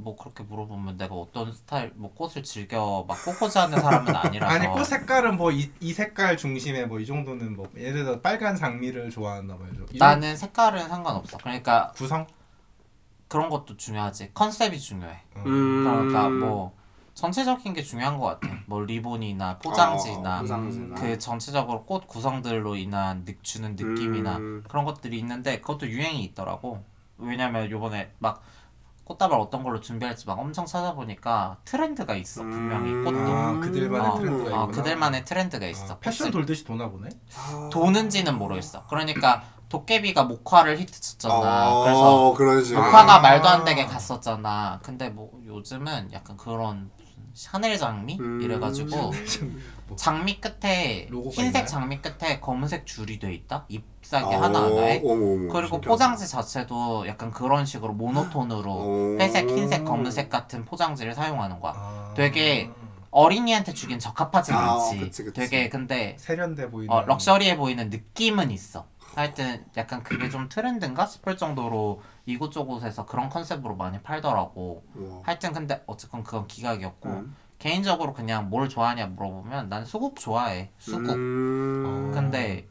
뭐 그렇게 물어보면 내가 어떤 스타일 뭐 꽃을 즐겨 막 꽃꽂이하는 사람은 아니라서
아니 꽃 색깔은 뭐 이 색깔 중심에 뭐 이 정도는 뭐 예를 들어 빨간 장미를 좋아한다 뭐 이런
나는 색깔은 상관없어. 그러니까
구성
그런 것도 중요하지. 컨셉이 중요해.
어.
음.
그러니까 뭐 전체적인 게 중요한 것 같아. 뭐 리본이나 포장지나
어, 포장지나.
그 전체적으로 꽃 구성들로 인한 느, 주는 느낌이나
음.
그런 것들이 있는데 그것도 유행이 있더라고. 왜냐면 요번에 막 꽃다발 어떤 걸로 준비할지 막 엄청 찾아보니까 트렌드가 있어 분명히
음.
꽃도.
아 그들만의
어,
트렌드가
아,
있구나.
그들만의 트렌드가 있어.
아, 패션
혹시
돌듯이 도나 보네.
아.
도는지는 모르겠어. 그러니까 도깨비가 목화를 히트쳤잖아.
어,
그래서
그런 식으로
목화가
아.
말도 안 되게 갔었잖아. 근데 뭐 요즘은 약간 그런 무슨 샤넬 장미
음. 뭐
이래가지고 장미 끝에
로고가 있나요?
흰색 장미 끝에 검은색 줄이 돼 있다. 잎사귀
어,
하나 하나에.
어머, 어머,
그리고
신기하다.
포장지 자체도 약간 그런 식으로 모노톤으로
어.
회색, 흰색, 검은색 같은 포장지를 사용하는 거야.
아,
되게 어린이한테 주긴 적합하진
아,
않지.
그치, 그치.
되게 근데
세련돼 보이는.
어, 럭셔리해 보이는 느낌은 있어. 하여튼 약간 그게 좀 트렌드인가 싶을 정도로 이곳저곳에서 그런 컨셉으로 많이 팔더라고.
우와.
하여튼 근데 어쨌건 그건 기각이었고
음.
개인적으로 그냥 뭘 좋아하냐 물어보면 난 수국 좋아해. 수국.
음.
근데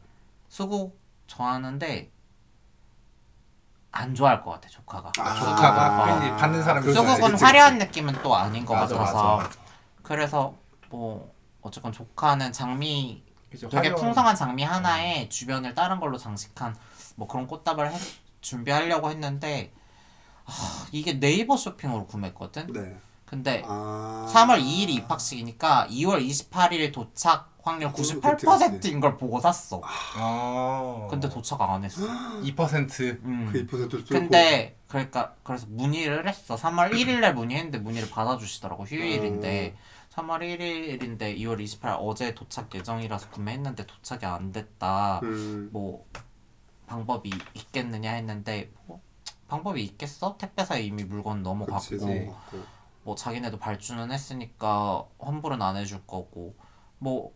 수국 좋아하는데 안 좋아할 것 같아 그렇죠. 조카가. 어.
아,
조카가
아.
왠지 받는 사람이
그렇지,
조금
수국은
그렇지,
화려한 느낌은 또 아닌 것
맞아,
같아서
맞아.
그래서 뭐 어쨌건 조카는 장미
그죠,
되게
화려한-
풍성한 장미
음.
하나에 주변을 다른 걸로 장식한 뭐 그런 꽃다발 해- 준비하려고 했는데 아, 이게 네이버 쇼핑으로 구매했거든.
그치. 네.
근데
아.
3월 2일이 입학식이니까 2월 28일 도착 확률
그치,
98%인 걸 보고 샀어.
아.
근데 도착 안 했어.
2%
음.
그 2%를 뚫고
근데 그러니까 그래서 문의를 했어. 3월 1일날 문의했는데 문의를 받아주시더라고 휴일인데 3월 1일인데 2월 28일 어제 도착 예정이라서 구매했는데 도착이 안 됐다.
음.
뭐 방법이 있겠느냐 했는데 뭐, 방법이 있겠어? 택배사에 이미
그치,
물건
네.
넘어갔고
넘어갔고.
뭐 자기네도 발주는 했으니까 환불은 안 해줄 거고 뭐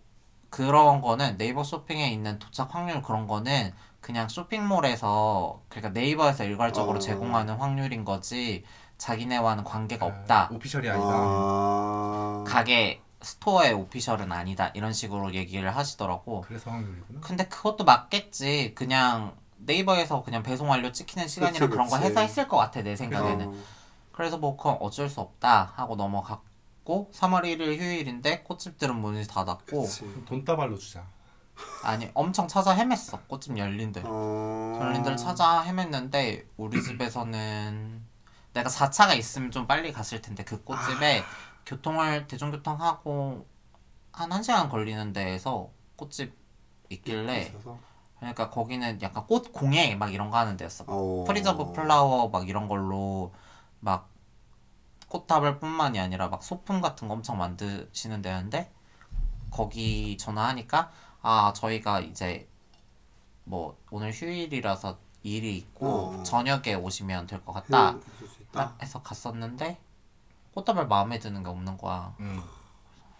그런 거는 네이버 쇼핑에 있는 도착 확률 그런 거는 그냥 쇼핑몰에서 그러니까 네이버에서 일괄적으로
어.
제공하는 확률인 거지 자기네와는 관계가
아,
없다
오피셜이 아니다.
아.
가게 스토어의 오피셜은 아니다 이런 식으로 얘기를 하시더라고
그래서 확률이구나.
근데 그것도 맞겠지 그냥 네이버에서 그냥 배송 완료 찍히는 시간이랑
그치,
그런 거
그치.
해서 했을 것 같아 내 생각에는
어.
그래서 뭐 그건 어쩔 수 없다 하고 넘어갔고 3월 1일 휴일인데 꽃집들은 문을 닫았고
그치.
돈다발로 주자.
아니 엄청 찾아 헤맸어 꽃집 열린들
어.
열린들 찾아 헤맸는데 우리 집에서는 내가 4차가 있으면 좀 빨리 갔을 텐데 그 꽃집에
아.
교통을 대중교통하고 한 1시간 걸리는 데에서 꽃집 있길래
있어서?
그러니까 거기는 약간 꽃 공예 막 이런 거 하는 데였어
어.
프리저브 플라워 막 이런 걸로 막 꽃다발 뿐만이 아니라 막 소품 같은 거 엄청 만드시는 데였는데 거기 전화하니까 아 저희가 이제 뭐 오늘 휴일이라서 일이 있고
어.
저녁에 오시면 될 것 같다
해줄 수 있다.
딱 해서 갔었는데 꽃다발 마음에 드는 게 없는 거야
음.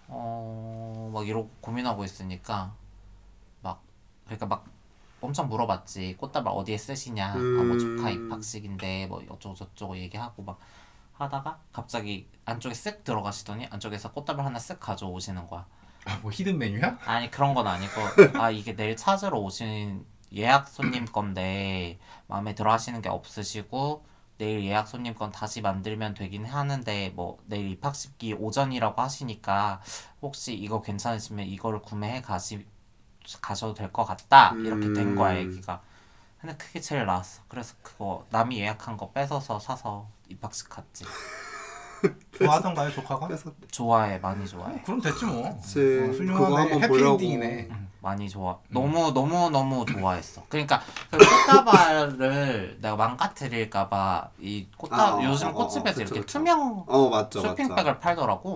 어, 막 이러고 고민하고 있으니까 막 그러니까 막 엄청 물어봤지 꽃다발 어디에 쓰시냐 아, 뭐
음.
조카 입학식인데 뭐 어쩌고 저쩌고 얘기하고 막 하다가 갑자기 안쪽에 쓱 들어가시더니 안쪽에서 꽃다발 하나 쓱 가져오시는 거야
아, 뭐 히든 메뉴야?
아니 그런 건 아니고 아 이게 내일 찾으러 오신 예약 손님 건데 마음에 들어 하시는 게 없으시고 내일 예약 손님 건 다시 만들면 되긴 하는데 뭐 내일 입학식이 오전이라고 하시니까 혹시 이거 괜찮으시면 이거를 구매해 가시 가셔도 될 것 같다 이렇게 된 거야
음.
얘기가 근데 그게 제일 나았어 그래서 그거 남이 예약한 거 뺏어서 사서 입학식 갔지
좋아하던가요 조카가?
그래서
좋아해 많이 좋아해
그럼 됐지 뭐.
그치.
어,
그거
훌륭하네.
한번
해피엔딩이네.
보려고.
많이 좋아.
음.
너무 너무 너무 좋아했어. 그러니까 그 꽃다발을 내가 망가뜨릴까봐 이 꽃다
아, 어,
요즘
어,
꽃집에서
그쵸,
이렇게
그쵸.
투명
어 맞죠
쇼핑백을
맞죠.
팔더라고.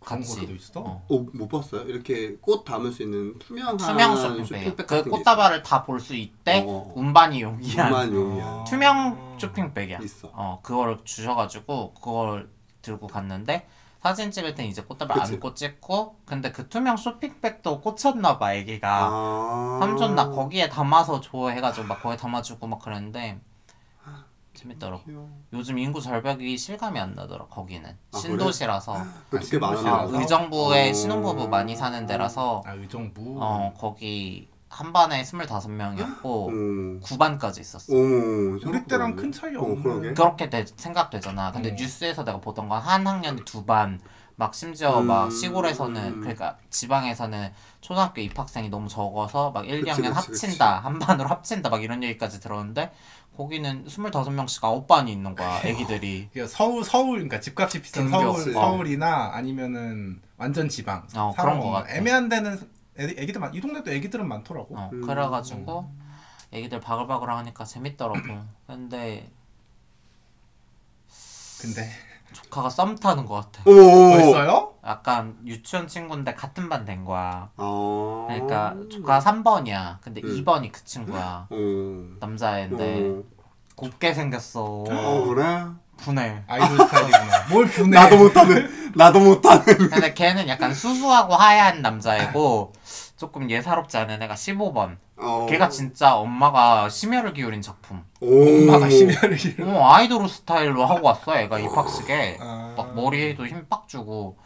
그런
같이.
것도 있어?
어.
어못 봤어요? 이렇게 꽃 담을 수 있는 투명한
투명 쇼핑백. 그
아, 같은 게
꽃다발을 다 볼 수 있대.
어.
운반이용이야.
있어요.
아.
용이야. 음,
투명 쇼핑백이야.
있어.
어 그거를 주셔가지고 그걸 들고 갔는데 사진 찍을 땐 이제 꽃다발
그치.
안고 찍고 근데 그 투명 쇼핑백도 꽂혔나봐 애기가.
아.
삼촌 나 거기에 담아서 줘 해가지고 막 거기에 담아주고 막 그랬는데 재밌더라고
귀여워.
요즘 인구 절벽이 실감이 안 나더라 거기는
아,
신도시라서
그렇게 많아.
아, 의정부에
어.
신혼부부 많이 사는 데라서
아 의정부.
어 거기 한 반에 25명이었고
오.
구반까지 있었어
오.
우리 때랑 큰 차이
어,
없는.
그러게.
그렇게 돼- 생각되잖아 근데
음.
뉴스에서 내가 보던 건 한 학년에 두반막 심지어
음.
막 시골에서는 그러니까 지방에서는 초등학교 입학생이 너무 적어서 막 1,
그치,
2학년
그치, 그치.
합친다 한 반으로 합친다 막 이런 얘기까지 들었는데 거기는 25명씩 아홉 반이 있는 거야 애기들이
그러니까 서울 서울 그러니까 집값이 비싼
등교.
서울
어.
서울이나 아니면은 완전 지방
어,
사람
그런 거
없는
같아.
애매한 데는 애기, 애기들 많이 동네도 애기들은 많더라고
어,
음.
그래가지고 애기들 바글바글 하니까 재밌더라고 근데
근데
조카가 썸 타는 것 같아
오.
벌써요?
약간 유치원 친구인데 같은 반 된 거야
아.
그러니까 조카가 3번이야 근데
음. 어.
2번이 그 친구야
오.
남자애인데 네.
오.
곱게 생겼어
어 그래?
분해
아이돌 스타일이구나 뭘
네.
분해
나도 뭐- 못하는 나도 못하는
근데 걔는 약간 수수하고 하얀 남자애고 조금 예사롭지 않은 애가 15번
어.
걔가 진짜 엄마가 심혈을 기울인 작품
오.
엄마가 심혈을 기울
어, 아이돌 스타일로 하고 왔어 애가 입학식에
아.
막 머리에도 힘 빡 주고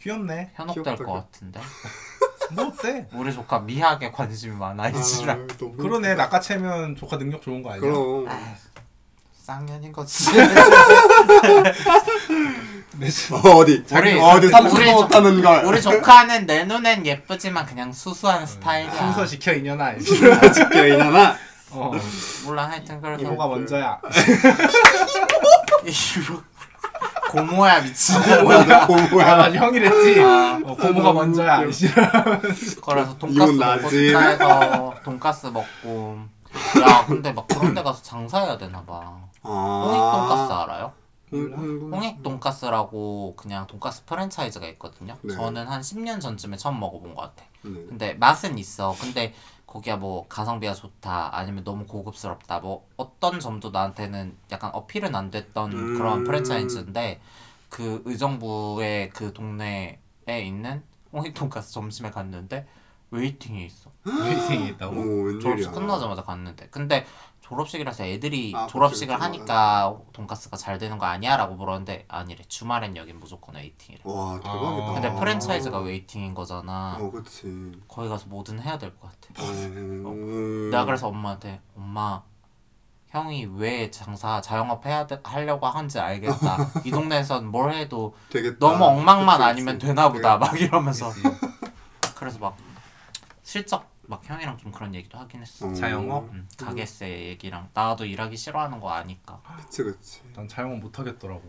귀엽네
현혹될
귀엽다,
것 같은데
뭐 어때
우리 조카 미학에 관심이 많아 이 지랄
아, 너무
그러네 낚아채면 조카 능력 좋은 거 아니야?
그럼
쌍년인 거지
내 집-
어, 어디 자기
우리-
어디 삼촌
우리-
못하는 걸
우리 조카는 내 눈엔 예쁘지만 그냥 수수한 스타일이야
음. 순서 지켜
음.
이년아
지켜 이나나
어
몰라 하여튼 그래서
이모가 먼저야
이거 고모야 미친
어, 뭐야
아
뭐야
맞아 형이랬지
아.
어, 고모가 먼저야
음.
이 씨발.
그래서 돈가스
이건
먹고
나지.
싶다 해서 돈가스 먹고 야 근데 막 그런 데 가서 장사해야 되나 봐
아.
홍익 돈가스 알아요?
네.
홍익 돈가스라고 그냥 돈가스 프랜차이즈가 있거든요
네.
저는 한 10년 전쯤에 처음 먹어본 것 같아 근데 맛은 있어 근데 거기야 뭐 가성비가 좋다 아니면 너무 고급스럽다 뭐 어떤 점도 나한테는 약간 어필은 안 됐던
음.
그런 프랜차이즈인데 그 의정부의 그 동네에 있는 홍익 돈가스 점심에 갔는데 웨이팅이 있어
웨이팅이 있다고
오그 웬일이야
졸업식 끝나자마자 갔는데 근데 졸업식이라서 애들이
아, 그치,
졸업식을
그치,
하니까 돈가스가 잘 되는 거 아니야? 라고 물었는데 아니래 주말엔 여긴 무조건 웨이팅이래
와 대박이다
근데
아.
프랜차이즈가 웨이팅인 거잖아
어 그치
거기 가서 뭐든 해야 될 것 같아
나 음,
내가 그래서 엄마한테 엄마 형이 왜 장사 자영업 해야 돼, 하려고 하는지 알겠다 이 동네에선 뭘 해도
되겠다
너무 엉망만
그치,
아니면
그치.
되나 보다
그래.
막 이러면서 그래서 막 실적 막 형이랑 좀 그런 얘기도 하긴 했어
어.
자영업?
음, 가게세 얘기랑 나도 일하기 싫어하는 거 아니까
그치 그치
난 자영업 못하겠더라고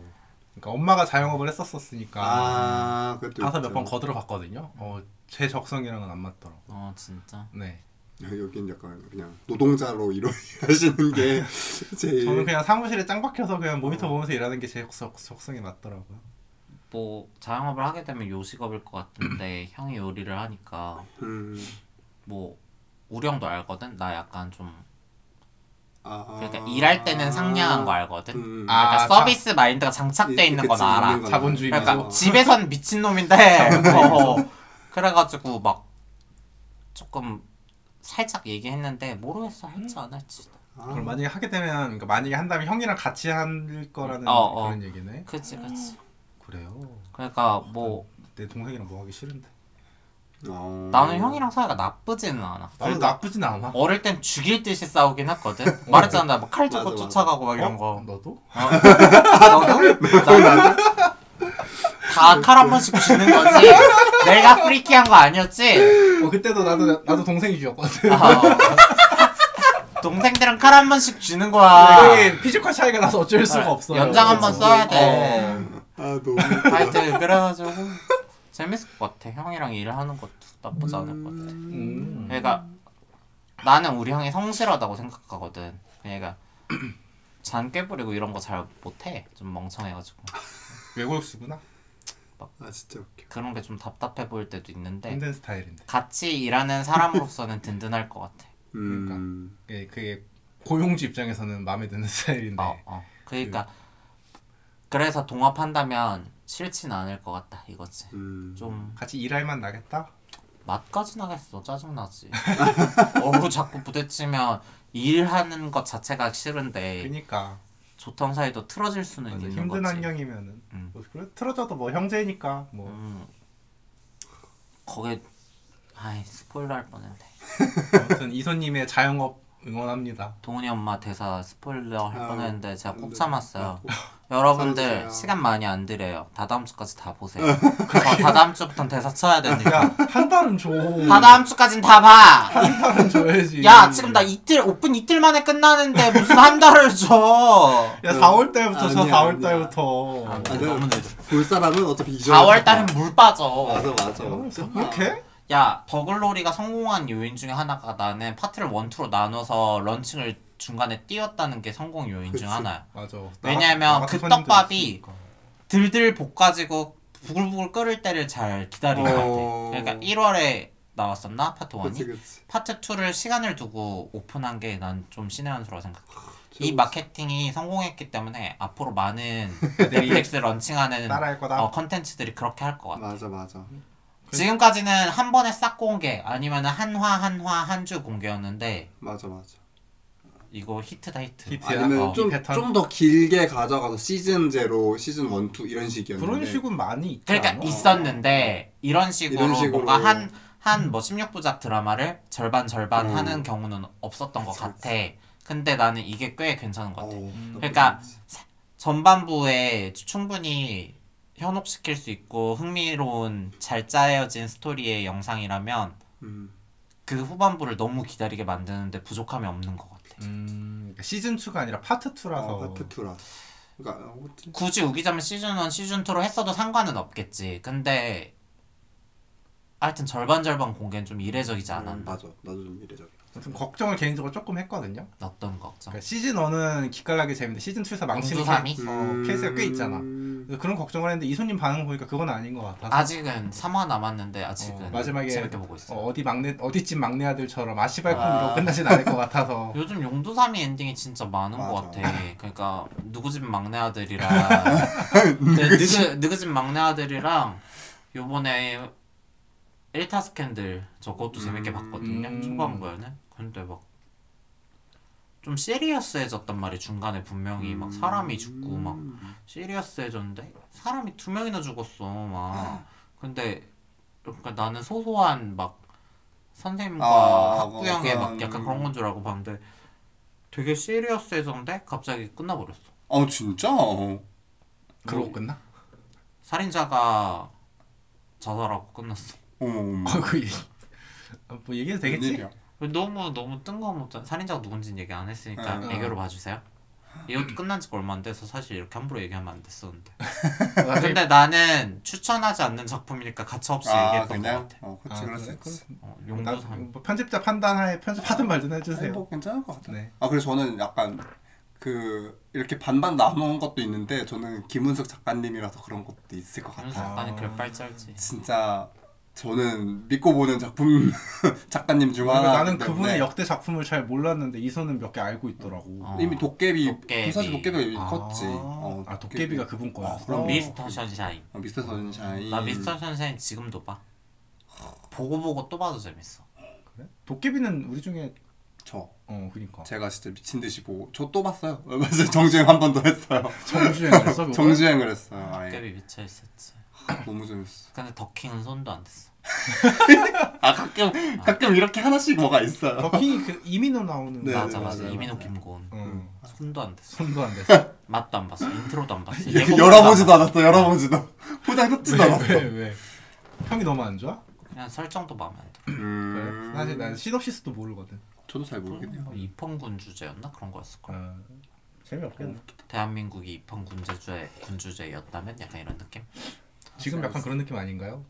그러니까 엄마가 자영업을 했었었으니까
아 그것도
가서 몇
그렇죠.
있죠.
번 거들어 봤거든요. 어, 제 적성이랑은 안 맞더라고.
어 진짜
네.
아, 여긴 약간 그냥 노동자로 일하시는 게
예.
제일
저는 그냥 사무실에 짱 박혀서 그냥
어.
모니터 보면서 일하는 게 제 적- 적성에 맞더라고요.
뭐 자영업을 하게 되면 요식업일 것 같은데 형이 요리를 하니까
음.
뭐 우리 형도 알거든. 나 약간 좀
아.
그러니까 일할 때는 상냥한 거 알거든.
음.
아,
그러니까
자-
서비스 마인드가 장착돼
이- 그치,
있는 건 알아.
있는 건
자본주의
알아.
그러니까
어.
집에선 미친 놈인데 어, 그래가지고 막 조금 살짝 얘기했는데 모르겠어 할지 안 할지.
아.
그럼 만약에 하게 되면 그러니까 만약에 한다면 형이랑 같이 할 거라는
어, 어.
그런 얘기네.
그치 그치.
그래요.
그러니까 뭐
내 동생이랑 뭐 하기 싫은데.
어.
나는 형이랑 사이가 나쁘지는 않아.
그러니까
나도 나쁘진 않아.
그러니까 어릴 땐 죽일 듯이 싸우긴 했거든. 말했잖아, 뭐 막칼
맞아,
들고
맞아.
쫓아가고 막 이런
어?
거.
너도?
어? 나도? 다칼 한 번씩 쥐는 거지. 내가 프리키한 거 아니었지?
어 그때도 나도 나도 동생이 죽였거든.
어. 동생들은 칼 한 번씩 쥐는 거야.
그게 피지컬 차이가 나서 어쩔 수가 네, 어. 없어.
아. 연장 한 번 써야 돼.
아 너무
하여튼 그래가지고 재밌을 것 같아. 형이랑 일하는 것도 나쁘지 않을 것 같아.
음.
그러니까 나는 우리 형이 성실하다고 생각하거든. 그러니까 잔꾀 부리고 이런 거 잘 못해. 좀 멍청해가지고
외국수구나.
아 진짜 웃겨.
그런 게 좀 답답해 보일 때도 있는데
힘든 스타일인데.
같이 일하는 사람으로서는 든든할 것 같아. 그러니까.
음.
예, 그게, 그게 고용주 입장에서는 마음에 드는 스타일인데.
어, 어. 그러니까 그래서 동업한다면 싫진 않을 것 같다 이거지.
음.
좀
같이 일할 만 나겠다.
맛까지 나겠어 짜증 나지. 어우 자꾸 부딪히면 일하는 것 자체가 싫은데
그러니까
좋던 네. 사이도 틀어질 수는
맞아,
있는
힘든
거지.
환경이면은
음.
뭐 그래, 틀어져도 뭐 형제니까 뭐
음. 거기에 아이 스포일러 할 뻔했네.
아무튼 이소님의 자영업 응원합니다.
동훈이 엄마 대사 스포일러 할
아유,
뻔했는데 제가
안
꼭
돼.
참았어요.
아,
여러분들
참으세요. 아,
시간 많이 안 드려요. 다다음 주까지 다 보세요. 저 다다음 주부터 대사 쳐야 되니까.
야한 달은 줘.
다다음 주까진 다 봐.
음.
한 달은 줘야지.
야 지금 나 이틀 오픈 이틀 만에 끝나는데 무슨 한 달을 줘.
야 4월 달부터 저
아니야,
4월
아니야.
달부터.
어. 아,
아,
너무 늦어.
볼 사람은 어차피 2절.
4월 뭐. 달엔 물 빠져.
맞아
어,
맞아.
그렇게?
야 더글로리가 성공한 요인 중에 하나가 나는 파트를 원투로 나눠서 런칭을 중간에 띄웠다는 게 성공 요인 중
그치.
하나야.
맞아. 나-
왜냐면
나 같은
그
손님도
떡밥이
있으니까.
들들 볶아지고 부글부글 끓을 때를 잘 기다린 것
어.
같아. 그러니까 1월에 나왔었나 파트 1이?
그치 그치.
파트 2를 시간을 두고 오픈한 게 난 좀 신의 한 수라고 생각해. 이
최고지.
마케팅이 성공했기 때문에 앞으로 많은 넷플릭스 런칭하는
따라할 거다.
어, 컨텐츠들이 그렇게 할 것 같아.
맞아 맞아.
지금까지는 한 번에 싹 공개 아니면 한화 한화 한 주 공개였는데
맞아 맞아.
이거 히트다 히트.
히트야.
아니면
어.
이
좀
패턴.
좀 더 길게 가져가서 시즌 제로, 시즌 1, 2 이런 식이었는데.
그런 식은 많이 있지
그러니까
않아?
있었는데 이런 식으로,
이런 식으로.
뭔가 한 한 뭐 16부작 드라마를 절반 절반
음.
하는 경우는 없었던 것
그치,
같아. 근데 나는 이게 꽤 괜찮은 것 같아.
어우,
음.
나쁘지
그러니까
않지.
전반부에 충분히 현혹시킬 수 있고 흥미로운 잘 짜여진 스토리의 영상이라면
음.
그 후반부를 너무 기다리게 만드는데 부족함이 없는 것 같아.
음, 시즌 2가 아니라 어, 파트 2라서
아, 파트 2라. 그러니까 어, 그치.
굳이 우기자면 시즌 1, 시즌 2로 했어도 상관은 없겠지. 근데 하여튼 절반 절반 공개는 좀 이례적이지
음,
않았나?
맞아. 나도 좀 이래저래.
좀 걱정을 개인적으로 조금 했거든요.
어떤 걱정?
그러니까 시즌 1은 기깔나게 재밌는데 시즌 2에서 망치는
영수삼이?
케이스- 어, 케이스가 꽤 있잖아.
음.
그래서 그런 걱정을 했는데 이소님 반응 보니까 그건 아닌 것 같아서
아직은 3화 남았는데 아직은
어, 마지막에
재밌게 보고 있어. 요
어, 디 막내 어디집 막내 아들처럼 아시발꿈으로
아.
끝나진 않을 것 같아서
요즘 용두삼이 엔딩이 진짜 많은 것
맞아.
같아. 그러니까 누구 집 막내 아들이랑 네, 누구 누구 집 막내 아들이랑 요번에 1타 스캔들 저 그것도 재밌게
음.
봤거든요.
음.
초반부에는. 근데 막 좀 시리어스해졌단 말이 중간에 분명히 막
음.
사람이 죽고 막 시리어스해졌는데 사람이 두 명이나 죽었어
아.
막 근데 그러니까 나는 소소한 막 선생님과
아,
학부형의
뭐
막
그런-
약간 그런 건 줄 알고 봤는데 되게 시리어스해졌는데 갑자기 끝나버렸어
아 진짜? 어.
그러고 끝나?
살인자가 자살하고 끝났어
어머,
어, 그 얘기- 아, 뭐 얘기해도 되겠지?
웬일이야.
너무 너무 뜬금없잖아 살인자가 누군지는 얘기 안 했으니까
응,
응.
애교로 봐주세요 이거 끝난 지가 얼마 안 돼서 사실 이렇게 함부로 얘기하면 안 됐었는데. 근데 나는 추천하지 않는 작품이니까 가차 없이
아
얘기했던 것
그냥
같아.
어 그치
아,
그럴 수
그래?
있지
어,
나,
용도상.
뭐 편집자 판단하에 편집하든 말든 해주세요.
행복
뭐.
어, 뭐 괜찮을 것 같아.
네.
아 그래서 저는 약간 그 이렇게 반반 나누는 것도 있는데 저는 김은석 작가님이라서 그런 것도 있을 것
다른
같아. 요
작가는
아.
결발짤지.
진짜 저는 믿고 보는 작품 작가님 중
그리고
하나.
나는 그분의 역대 작품을 잘 몰랐는데 이소는 몇 개 알고 있더라고.
어.
이미 도깨비,
도깨비.
그 사실 도깨비가 이미
아.
컸지. 어,
아 도깨비가 그분 거야.
아, 그럼.
미스터 션샤인.
어, 미스터 선샤인.
나 미스터 션샤인 지금도 봐. 보고 보고 또 봐도 재밌어.
그래? 도깨비는 우리 중에
저
어 그니까
제가 진짜 미친 듯이 보고 저 또 봤어요. 얼마 전에 정주행 한 번 더 했어요.
정주행에서 그거?
정주행을 했어요. 아예.
도깨비 미쳐 있었지.
너무 재밌어.
근데 더킹은 손도 안 댔어.
아 가끔 가끔 이렇게 하나씩 뭐가 있어요.
더킹이 그 이민호 나오는
네,
맞아
네,
맞아.
맞아요,
이민호
맞아요.
김고은.
응.
손도 안 댔어.
손도 안 됐어.
맛도 안 봤어. 인트로도 안 봤어.
이렇게
예고편도
열어보지도
안 봤어.
않았어. 열어보지도 포장
네,
뜯지도 않았어.
왜, 왜, 왜? 평이 너무 안 좋아?
그냥 설정도 마음에 안 들어.
그래? 네, 사실 난 시놉시스도 모르거든.
저도 잘 모르겠네요.
뭐 이펑군 주제였나 그런 거였을 거야.
아, 재미없겠네.
대한민국이 이펑군 주제 군주제였다면 약간 이런 느낌.
지금 약간 그런 느낌 아닌가요?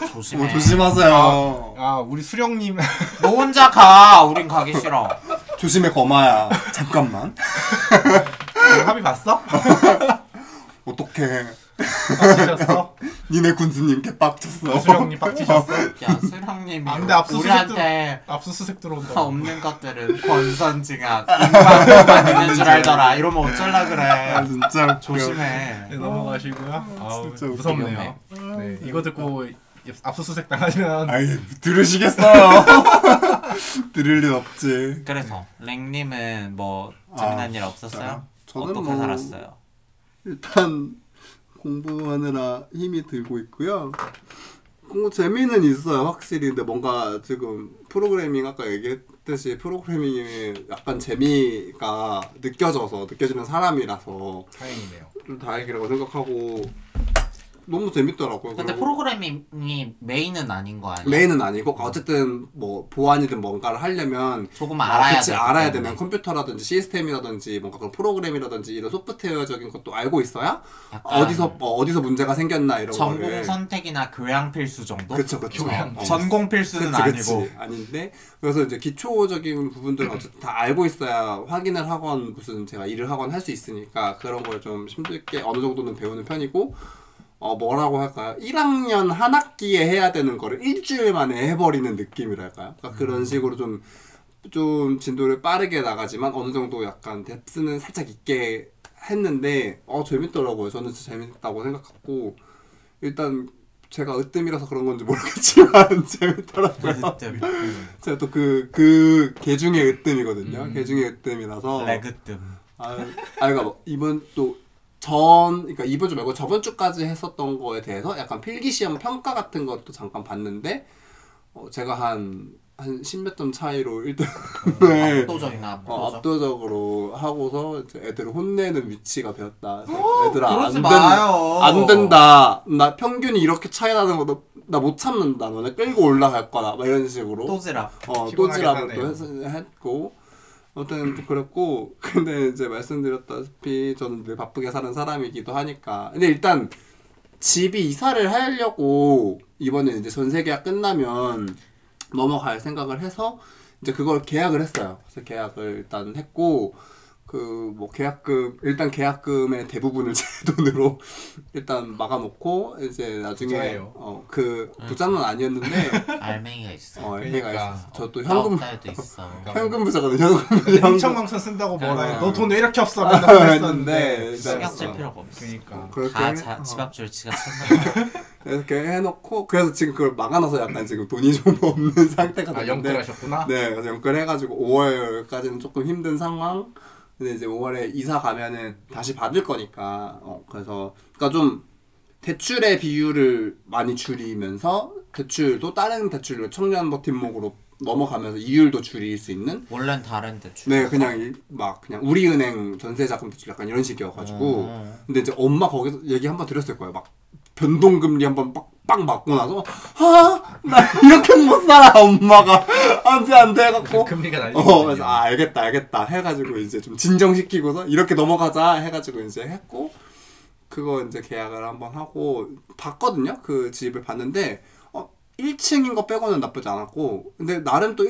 뭐
조심해.
조심하세요. 어.
아 우리 수령님
너 혼자 가. 우린 가기 싫어.
조심해 거마야. 잠깐만.
합의 봤어?
어떡해.
빡치셨어?
니네 군수님 개빡쳤어.
수령님 빡치셨어?
야 수령님이
아, 근데 압수수색도-
우리한테
압수수색 들어온다.
다 아, 없는 것들은 권선징악 인간만 있는 줄 알더라. 이러면 어쩔라
아
그래.
진짜 웃겨.
네,
조심해.
넘어가시고요. 아,
진짜
무섭네요. 네, 이거 듣고 압수수색 당하시면
아이 들으시겠어요. 들을 일 없지.
그래서 랭님은 뭐
아,
재미난 일 없었어요?
저는
어떻게
뭐-
살았어요?
일단 공부하느라 힘이 들고 있고요. 공부 재미는 있어요 확실히 근데 뭔가 지금 프로그래밍 아까 얘기했듯이 프로그래밍이 약간 재미가 느껴져서 느껴지는 사람이라서
다행이네요.
좀 다행이라고 생각하고 너무 재밌더라고요.
근데
그리고
프로그래밍이 메인은 아닌 거 아니야?
메인은 아니고 그러니까 어쨌든 뭐 보안이든 뭔가를 하려면
조금
아,
알아야
그치,
돼.
알아야 되면 컴퓨터라든지 시스템이라든지 뭔가 그런 프로그램이라든지 이런 소프트웨어적인 것도 알고 있어야
약간
어디서 뭐 어디서 문제가 생겼나 이런
아. 전공
거를
선택이나 교양 필수 정도?
그쵸 그쵸
교양.
어.
전공 필수는
그치, 그치.
아니고
아닌데 그래서 이제 기초적인 부분들은 어쨌든 다 알고 있어야 확인을 하건 무슨 제가 일을 하건 할 수 있으니까 그런 걸 좀 힘들게 어느 정도는 배우는 편이고 어 뭐라고 할까요? 1학년 한 학기에 해야 되는 거를 일주일 만에 해버리는 느낌이랄까요? 그러니까
음.
그런 식으로 좀 좀 진도를 빠르게 나가지만 어느 정도 약간 뎁스는 살짝 있게 했는데 어 재밌더라고요. 저는 진짜 재밌다고 생각하고 일단 제가 으뜸이라서 그런 건지 모르겠지만 재밌더라고요. 제가 또 그 그개 중에 으뜸이거든요. 개 중에 으뜸이라서
네, 레그뜸
아, 아, 그러니까 뭐 이번 또 전 그러니까 이번 주 말고 저번 주까지 했었던 거에 대해서 약간 필기 시험 평가 같은 것도 잠깐 봤는데 어, 제가 한한십몇점 차이로 네. 1등을
압도적인 압도적
어, 압도적으로 하고서 이제 애들을 혼내는 위치가 되었다. 그래서 애들아 안,
어, 그러지
된,
마요.
안 된다. 나 평균이 이렇게 차이 나는 거 나 못 참는다. 너네 끌고 올라갈 거다. 막 이런 식으로.
또지랍
어,
피곤하긴
또지라고 또
하네요.
했- 했고 어떤 좀 그랬고 근데 이제 말씀드렸다시피 저는 늘 바쁘게 사는 사람이기도 하니까 근데 일단 집이 이사를 하려고 이번에 이제 전세 계약 끝나면 넘어갈 생각을 해서 이제 그걸 계약을 했어요. 그래서 계약을 일단 했고 그 뭐 계약금 일단 계약금의 대부분을 제 돈으로 일단 막아놓고 이제 나중에
부자예요.
어그 부자는 아니었는데
알맹이가 있어.
어, 애매가
그러니까.
있어. 저또 현금
도 있어.
그러니까 현금 부자거든. 현금
네, 엄청 망선 쓴다고 뭐라 해. 너 돈 왜 이렇게 없어?
어,
맨날 했었는데. 네,
했는데
신경 쓸
있어.
필요가 없어.
그러니까.
그렇게 해-
다집
어,
앞줄 지가 쳤나
이렇게 해놓고 그래서 지금 그걸 막아놔서 약간 지금 돈이 좀 없는 상태가
아
됐는데 그러니까.
영끌하셨구나.
네 그래서 연결해가지고 5월까지는 조금 힘든 상황. 근데 이제 5월에 이사 가면은 다시 받을 거니까 어 그래서 그러니까 좀 대출의 비율을 많이 줄이면서 대출도 다른 대출로 청년 버팀목으로 넘어가면서 이율도 줄일 수 있는
원래는 다른데 줄.
네, 그냥 이- 막 그냥 우리은행 전세자금 대출 약간 이런 식이어가지고
어.
근데 이제 엄마 거기서 얘기 한 번 드렸을 거예요. 막 변동금리 한번 빡빡 맞고 나서 아나 이렇게 못 살아 엄마가 안돼 안돼 해갖고
네, 금리가 날리고
어, 그래서
있거든요.
아 알겠다 알겠다 해가지고 이제 좀 진정시키고서 이렇게 넘어가자 해가지고 이제 했고 그거 이제 계약을 한번 하고 봤거든요 그 집을 봤는데 어 1층인 거 빼고는 나쁘지 않았고 근데 나름 또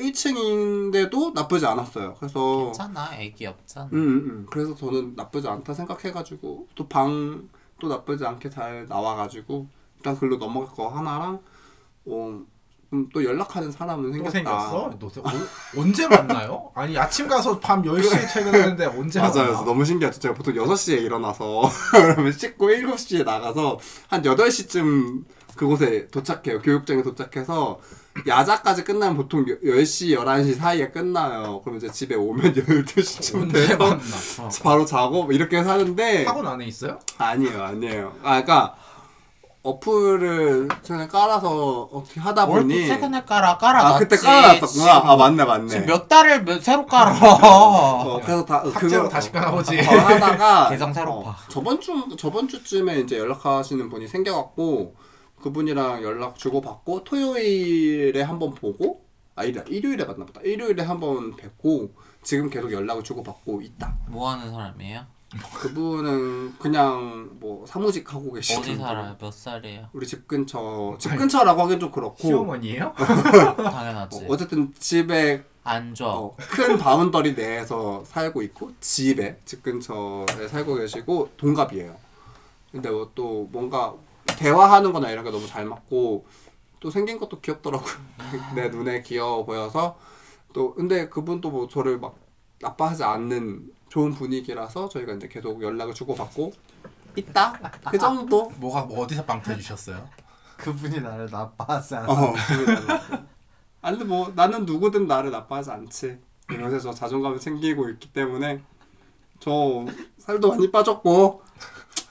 1층인데도 나쁘지 않았어요 그래서
괜찮아 애기 없잖아
음, 음, 음. 그래서 저는 나쁘지 않다 생각해가지고 또 방도 나쁘지 않게 잘 나와가지고 일단 글로 넘어갈 거 하나랑 어, 음, 또 연락하는 사람은
또
생겼다
생겼어? 너, 어, 언제 만나요? 아니 아침 가서 밤 10시에 퇴근하는데 언제
맞아요.
만나?
그래서 너무 신기하죠. 제가 보통 6시에 일어나서 그러면 씻고 7시에 나가서 한 8시쯤 그곳에 도착해요. 교육장에 도착해서 야자까지 끝나면 보통 10시, 11시 사이에 끝나요. 그럼 이제 집에 오면 12시쯤
언제
돼서
만나?
바로 자고 뭐 이렇게 사는데
학원 안에 있어요?
아니에요. 아니에요. 아 그러니까 어플을 최근에 깔아서 어떻게 하다
뭘
보니
최근에 깔아 깔아놨지
아 그때 깔아놨었구나. 아 맞네 맞네.
지금 몇 달을 몇- 새로 깔아
어, 그래서 다
삭제하고
그거-
다시 까나보지
어, 하다가
개성 새로파.
저번 주 저번 주쯤에 이제 연락하시는 분이 생겨갖고 그분이랑 연락 주고 받고 토요일에 한번 보고 아 일요일 일요일에 만나 보다 일요일에 한번 뵙고 지금 계속 연락을 주고 받고 있다.
뭐 하는 사람이에요?
그분은 그냥 뭐 사무직 하고 계시는
어디
분.
살아요? 몇 살이에요?
우리 집 근처 집 근처라고 하긴 좀 그렇고
시어머니예요?
당연하지
어, 쨌든 집에
안 좋아
어, 큰 바운더리 내에서 살고 있고 집에 집 근처에 살고 계시고 동갑이에요. 근데 뭐 또 뭔가 대화하는 거나 이런 게 너무 잘 맞고 또 생긴 것도 귀엽더라고요. 내 눈에 귀여워 보여서 또 근데 그분도 뭐 저를 막 나빠하지 않는 좋은 분위기라서 저희가 이제 계속 연락을 주고받고 있다 그 정도
뭐가 뭐 어디서 빵 터주셨어요?
그분이 나를 나빠하지 않아.
어. 아니 근데 뭐 나는 누구든 나를 나빠하지 않지. 요새 저 자존감이 생기고 있기 때문에 저 살도 많이 빠졌고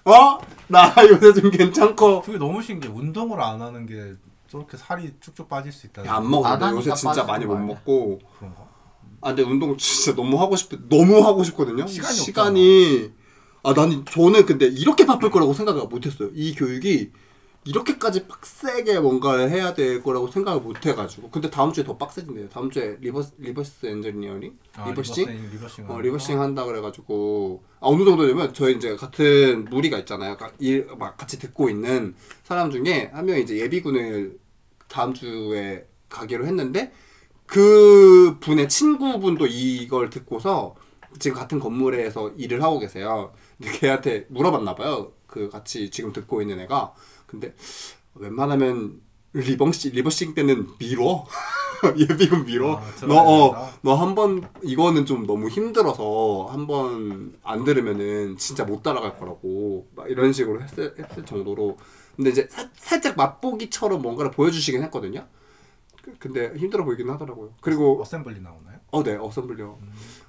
어? 나 요새 좀 괜찮고
그게 너무 신기해. 운동을 안 하는 게 저렇게 살이 쭉쭉 빠질 수 있다는
안
안
먹는데
하니까
요새 진짜
빠지는
많이 못
거 아니야?
먹고
그런 거.
아 근데 운동 진짜 너무 하고 싶 너무 하고 싶거든요.
시간이
시간이 아 나는 저는 근데 이렇게 바쁠 거라고 생각을 못 했어요. 이 교육이 이렇게까지 빡세게 뭔가를 해야 될 거라고 생각을 못 해가지고 근데 다음 주에 더 빡세진대요. 다음 주에 리버스 리버스 엔지니어링
아,
리버싱
리버싱, 리버싱.
어, 리버싱 한다 그래가지고 아, 어느 정도냐면 저희 이제 같은 무리가 있잖아요. 가- 일, 막 같이 듣고 있는 사람 중에 한 명이 이제 예비군을 다음 주에 가기로 했는데 그 분의 친구분도 이걸 듣고서 지금 같은 건물에서 일을 하고 계세요. 근데 걔한테 물어봤나 봐요. 그 같이 지금 듣고 있는 애가 근데 웬만하면 리버싱 리버싱 때는 미뤄 예비군 미뤄
아,
너
들어가야
어
된다.
너 한 번 이거는 좀 너무 힘들어서 한 번 안 들으면은 진짜 못 따라갈 거라고 막 이런 식으로 했을, 했을 정도로 근데 이제 사- 살짝 맛보기처럼 뭔가를 보여주시긴 했거든요. 그- 근데 힘들어 보이긴 하더라고요. 그리고
어셈블리 나오나요?
어네 어셈블리요.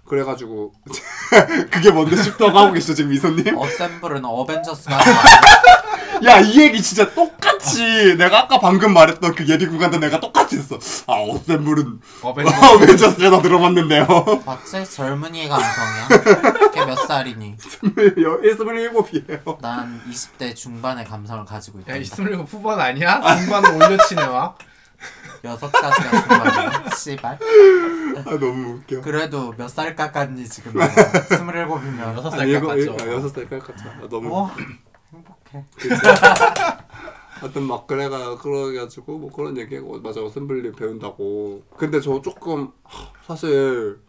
그래가지고 그게 뭔데 싶다고 하고 계시죠 지금 이선님?
어셈블은 어벤져스
야 이 얘기 진짜 똑같이 내가 아까 방금 말했던 그 예비 구간도 내가 똑같이 했어. 아 어셈블은
어벤져.
아, 벤져스에다 들어봤는데요.
봤지? 젊은이의 감성이야 걔 몇 살이니?
27이에요.
난 20대 중반의 감성을 가지고 있다
야,
음.
이 스물일곱 후반 아니야? 중반으로 올려치네 와.
여섯 가지가 중반이야 씨발
아 너무 웃겨.
그래도 몇 살 깎았니 지금 뭐 스물일곱이면 어?
여섯 살
아니, 이거-
깎았죠.
아, 여섯 살 깎았죠. 아, 너무.
와 행복해
하여튼 막 그래가 그래가지고 뭐 그런 얘기고 맞아 어셈블리 배운다고. 근데 저 조금 하, 사실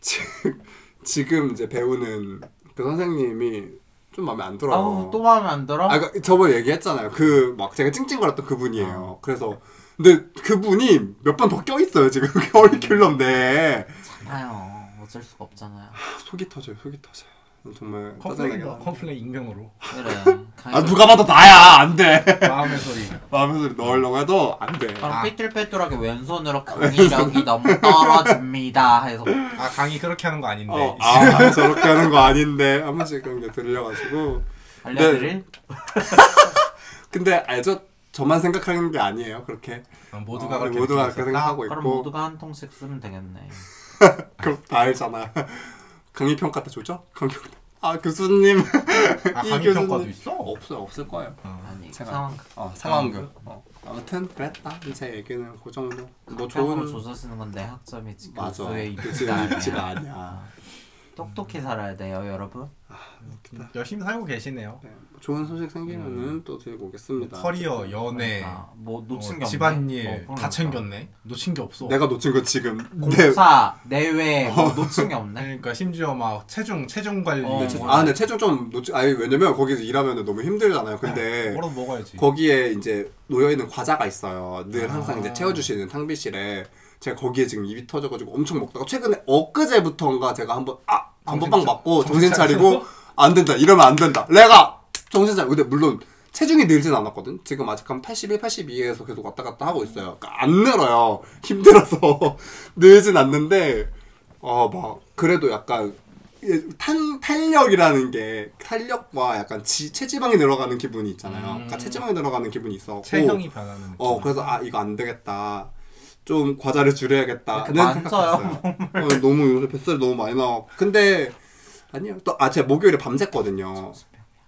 지, 지금 이제 배우는 그 선생님이 좀 마음에 안 들어요.
아우 또 마음에 안 들어?
아, 그 저번에 얘기했잖아요. 그 막 제가 찡찡거렸던
어.
그분이에요. 그래서 근데 그분이 몇 번 더 껴 있어요 지금 커리큘럼 내에.
아유 어쩔 수가 없잖아요
속이 터져요. 속이 터져요. 정말
컴플레인,
짜증나게
컴플레인 익명으로.
그래
아 누가 봐도 나야 안 돼.
마음의 소리.
마음에서 넣으려고 해도 안 돼.
아,
바로 삐뚤빼뚤하게
아,
왼손으로 강의력이 너무 떨어집니다 해서
아, 강의 그렇게 하는 거 아닌데.
어, 아 저렇게 하는 거 아닌데 한 번씩 그런 게 들려가지고 네.
알려드릴
뭐 근데 알죠? 저만 생각하는 게 아니에요. 그렇게
아, 모두가
어,
그렇게
모두가 그렇게
느끼고 있었다.
생각하고
그럼
있고
모두가 한 통씩 쓰면 되겠네
그럼 다 알잖아. 강의 평가 때 좋죠? 강의 평가. 아 교수님
아,
이
강의
교수님.
평가도 있어?
없어요 없을 거예요.
아니
생활.
상황
어 상황극. 어. 아무튼 그랬다. 제 얘기는 그 정도. 뭐
평으로
좋은
조서 쓰는 건내 학점이지
맞아.
교수의
그지가
이득이
아니야.
아니야.
아니야.
똑똑히 살아야 돼요 여러분.
열심히 살고 계시네요.
네, 뭐 좋은 소식 생기면은
음.
또 들고
뭐
오겠습니다.
커리어, 연애,
아, 뭐
어,
놓친 게 없네.
집안일
어,
다
그러니까.
챙겼네. 놓친 게 없어.
내가 놓친 거 지금 네. 내
뭐 공사 내외
어.
뭐 놓친 게 없네.
그러니까 심지어 막 체중 체중 관리
어,
뭐
체중-
아 근데 체중 좀 놓치 아니 왜냐면 거기서 일하면 너무 힘들잖아요
네.
근데
뭐라도 먹어야지.
거기에 이제 놓여있는 과자가 있어요 늘 항상
아.
이제 채워주시는 탕비실에 제가 거기에 지금 입이 터져가지고 엄청 먹다가 최근에 엊그제부터인가 제가 한번 아! 한번빵
정신 차-
맞고 정신
정신
차리고 안 된다 이러면 안 된다 내가 정신 차려 근데 물론 체중이 늘진 않았거든 지금 아직 한 81, 82에서 계속 왔다 갔다 하고 있어요 그러니까 안 늘어요 힘들어서 늘진 않는데 어막 뭐 그래도 약간 탄, 탄력이라는 게 탄력과 약간 지, 체지방이 늘어가는 기분이 있잖아요.
음.
그러니까 체지방이 늘어가는 기분이 있어.
체형이 변하는.
어 그래서 아 이거 안 되겠다. 좀 과자를
아,
줄여야겠다.
그
네,
이렇게 만져요,
어, 너무 요새 뱃살이 너무 많이 나와. 근데 아니요. 또 아 제가 목요일에 밤샜거든요.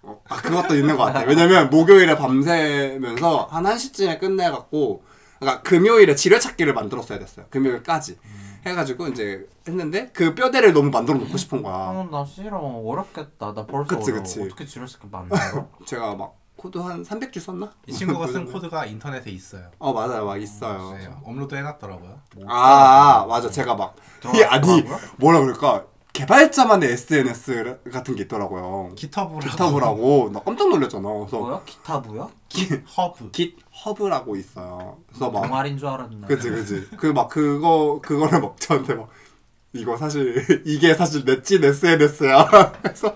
어, 아 그것도 있는 것 같아요. 왜냐면 목요일에 밤새면서 한 1시쯤에 끝내갖고 그러니까 금요일에 지뢰 찾기를 만들었어야 됐어요. 금요일까지 해가지고 이제 했는데 그 뼈대를 너무 만들어 놓고 싶은 거야.
아, 나 싫어. 어렵겠다. 나 벌써
그치,
어려워.
그치.
어떻게 지랄 새끼 만들어?
제가 막 코드 한 300줄 썼나?
이 친구가 쓴
그 정도?
코드가 인터넷에 있어요.
어 맞아요 뭐, 막 있어요
네, 업로드 해놨더라고요.
아 맞아 제가 막 이게 아니
어. 들어갔더라고요?
뭐라 그럴까 개발자만의 SNS 같은 게 있더라고요
기터브라고.
깃허브라고 나 깜짝 놀랐잖아 그래서
뭐야? 기타부야?
깃허브.
깃허브라고 있어요 그래서 막
동아리인 줄 알았나?
그지 그지 그 막 그거 그거를 막 저한테 막 이거 사실 이게 사실 넷진 SNS야 그래서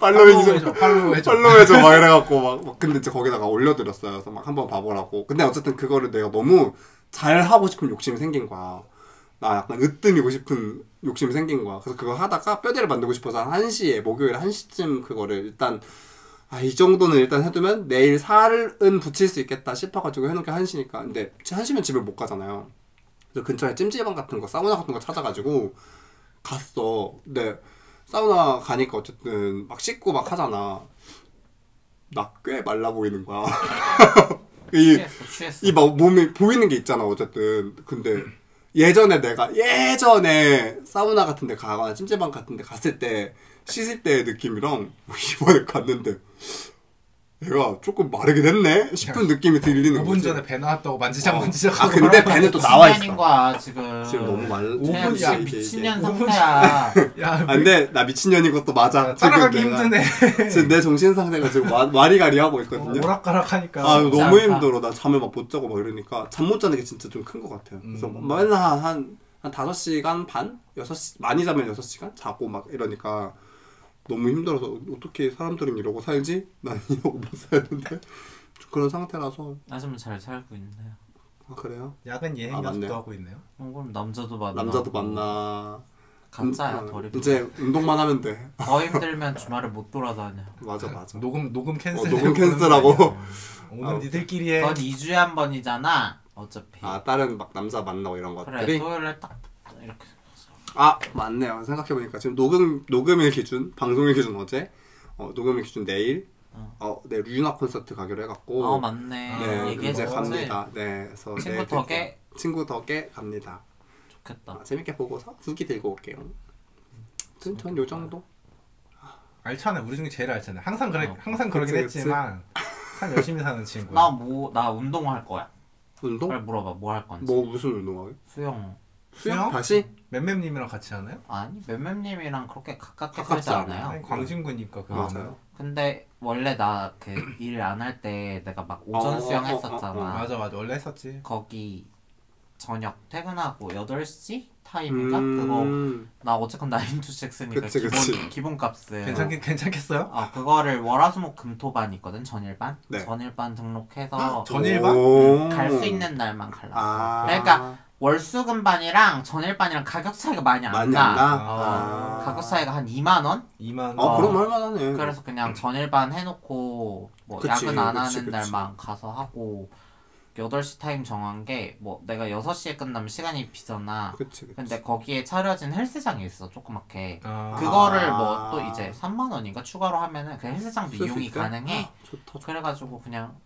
팔로잉 좀
팔로우해줘. 팔로우해줘.
팔로우해줘 막 이래갖고 막, 막 근데 이제 거기다가 올려드렸어요. 그래서 막 한번 봐보라고. 근데 어쨌든 그거를 내가 너무 잘 하고 싶은 욕심이 생긴 거야. 나 약간 으뜸이고 싶은 욕심이 생긴 거야. 그래서 그거 하다가 뼈대를 만들고 싶어서 한 1시에 목요일 1시쯤 그거를 일단 아, 이 정도는 일단 해두면 내일 살은 붙일 수 있겠다 싶어가지고 해놓은 게 1시니까. 근데 1시면 집에 못 가잖아요. 그래서 근처에 찜질방 같은 거, 사우나 같은 거 찾아가지고 갔어. 근데 사우나 가니까 어쨌든 막 씻고 막 하잖아. 나 꽤 말라 보이는 거야. 이,
취했어, 취했어.
이 막 몸에 보이는 게 있잖아, 어쨌든. 근데 예전에 내가 예전에 사우나 같은 데 가거나 찜질방 같은 데 갔을 때 씻을 때의 느낌이랑 이번에 갔는데 얘가 조금 마르긴 했네? 싶은 느낌이 들리는
5분
거지.
전에 배 나왔다고 만지작 만지작
아, 근데 배는 또 나와
미친년인
있어.
거야 지금.
지금 너무 말
아, 오분이야,
이게,
그냥
이게.
지금 미친년
이게.
상태야.
야,
아, 근데 나 미친년인 것도 맞아.
따라가기
지금 내가-
힘드네.
지금 내 정신 상태가 지금 와- 와리가리하고 있거든요.
오락가락하니까.
아
진짜
너무
아파.
힘들어. 나 잠을 막 못 자고 막 이러니까 잠 못 자는 게 진짜 좀 큰 것 같아요. 그래서
음.
맨날 한, 한, 한 5시간 반? 6시, 많이 자면 6시간? 자고 막 이러니까 너무 힘들어서 어떻게 사람들은 이러고 살지? 난 이러고 못 사는데 그런 상태라서
아줌마 잘 살고 있네.
아 그래요?
야근 예행
아,
연습도
맞네요.
하고 있네요.
어, 그럼 남자도 만나.
남자도 만나
가짜야
음,
덜 힘들어.
이제 운동만 하면 돼
더 힘들면 주말에 못 돌아다녀.
맞아 맞아
녹음 녹음 캔슬. 네,
어, 녹음 캔슬하고
오늘
아,
니들끼리 해.
넌 2주에 한 번이잖아. 어차피.
아 다른 막 남자 만나고 이런
그래
것들이
토요일에 딱 이렇게.
아 맞네요 생각해보니까 지금 녹음 녹음일 기준 방송일 기준 어제 어, 녹음일 기준 내일
어.
어, 네 류나 콘서트 가기로 해갖고
어 맞네.
아,
네 이제
얘기해서
갑니다 네 그래서
친구
내일
덕에? 어.
친구 덕에 갑니다
좋겠다.
아, 재밌게 보고서 후기 들고 올게요 전전 요정도
알잖아. 우리 중에 제일 알잖아. 항상 그래
어,
항상 그러긴
그치, 그치.
했지만 참 열심히 사는 친구.
나 뭐 나 운동할 거야.
운동?
빨리 물어봐. 뭐 할 건지.
뭐 무슨 운동하게?
수영.
수영?
다시?
맴맴님이랑 같이 하나요?
아니 맴맴님이랑 그렇게 가깝게
가깝지
살지 않아요.
않아요.
아니, 광진구니까 그거.
맞아요
근데 원래 나 그 일 안 할 때 내가 막 오전
어,
수영
어,
했었잖아.
어, 어,
맞아 맞아 원래 했었지.
거기 저녁 퇴근하고 8시 타임인가? 그거
음...
나 어쨌건 나인투 잭스니까
그치,
기본
그치.
기본값은
괜찮겠 괜찮겠어요?
아 그거를 월화수목 금토반 있거든 전일반
네.
전일반 등록해서
전일반?
어, 갈 수 있는 날만 갈라.
아
그러니까 월수금반이랑 전일반이랑 가격 차이가 많이 안
많이
나. 어,
안 나?
아.
가격 차이가 한 2만 원?
2만.
어
어.
그럼 할만하네
그래서 그냥 전일반 해놓고 뭐
음. 그치,
야근 안
그치, 그치.
하는 날만 가서 하고 8시 타임 정한 게 뭐 내가 6시에 끝나면 시간이 비잖아
그치 그치
근데 거기에 차려진 헬스장이 있어 조그맣게
아,
그거를 뭐 또 이제 3만 원인가 추가로 하면은 그 헬스장도
쓸수
이용이
아, 있다?
가능해
아,
아,
좋다
그래가지고 그냥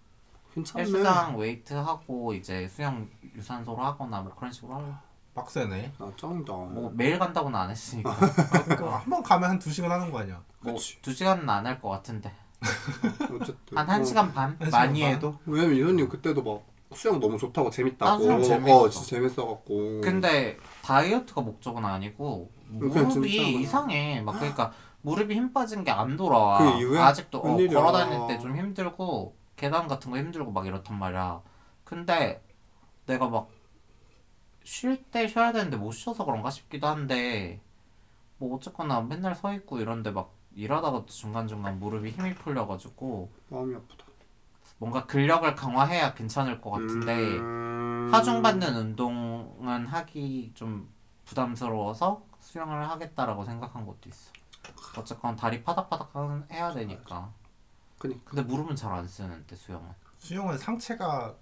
괜찮네.
헬스장 웨이트 하고 이제 수영 유산소로 하거나 뭐 그런 식으로 하고
빡세네.
아 짱이다.
뭐 매일 간다고는 안 했으니까
한 번 가면 한 두 시간 하는 거 아니야?
뭐
그치.
두 시간은 안 할 것 같은데
어쨌든.
한1 시간 반
한 시간
많이
반?
해도
왜냐면 이현님 그때도 막 수영 너무 좋다고 재밌다고.
아, 수영
어
재밌어.
진짜 재밌어갖고.
근데 다이어트가 목적은 아니고
그 그러니까 진짜
무릎이
그냥-
이상해 막 그러니까 무릎이 힘 빠진 게 안 돌아와
그 이후에?
아직도 어,
웬일이야.
걸어 다닐 때 좀 힘들고 계단 같은 거 힘들고 막 이렇단 말이야 근데 내가 막 쉴 때 쉬어야 되는데 못 쉬어서 그런가 싶기도 한데 뭐 어쨌거나 맨날 서 있고 이런데 막 일하다가 중간중간 무릎이 힘이 풀려가지고
마음이 아프다.
뭔가 근력을 강화해야 괜찮을 것 같은데
음...
어, 하중 받는 운동은 하기 좀 부담스러워서 수영을 하겠다라고 생각한 것도 있어. 어쨌건 다리 파닥파닥 하는- 해야 되니까.
그니까.
근데 무릎은 잘 안 쓰는데 수영은.
수영은 상체가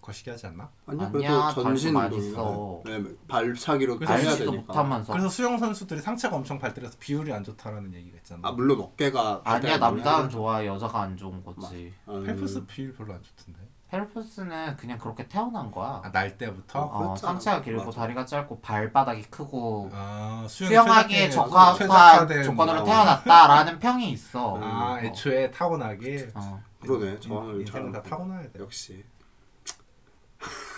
거시기 하지 않나?
아니야
아니야,
그래도
발도
전신
많이
운동이야.
써.
왜냐면 발차기로
그래서
해야
발치도
되니까.
못하면서.
그래서 수영 선수들이 상체가 엄청 발달해서 비율이 안 좋다라는 얘기가 있잖아.
아 물론 어깨가
아니야
발달이
남자는
많이
좋아 여자가 안 좋은 거지.
하죠. 음.
펠프스 비율 별로 안 좋던데.
펠프스는 그냥 그렇게 태어난 거야.
아, 날 때부터.
어.
어,
그렇잖아.
상체가 길고
맞아.
다리가 짧고 발바닥이 크고
아, 수영이
어. 수영하기에
최적화된-
적합한
최적화된
조건으로
뭐.
태어났다라는 평이 있어.
아,
어.
애초에 타고나기.
어.
그러네, 저항을
인생은 다
잘하고.
타고나야 돼.
역시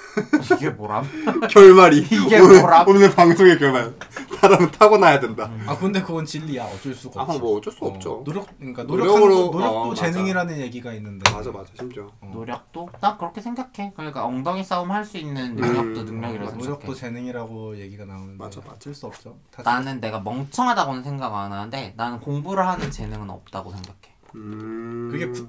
이게 뭐람?
결말이
이게
오늘,
뭐라?
오늘 방송의 결말 사람은 타고나야 된다
아, 근데 그건 진리야. 어쩔 수가 없어.
아 뭐 어쩔 수 없죠
노력, 그러니까 노력한
노력으로-
노력도, 노력도
어, 맞아.
재능이라는 얘기가 있는데.
맞아 맞아 심지어
노력도 나 그렇게 생각해. 그러니까 엉덩이 싸움 할 수 있는 능력도 능력이라고 생각해.
어, 노력도 재능이라고 얘기가 나오는데
맞아, 맞아.
어쩔 수 없죠. 다
나는 내가 멍청하다고는 생각 안 하는데 나는 공부를 하는 재능은 없다고 생각해.
음
그게 부-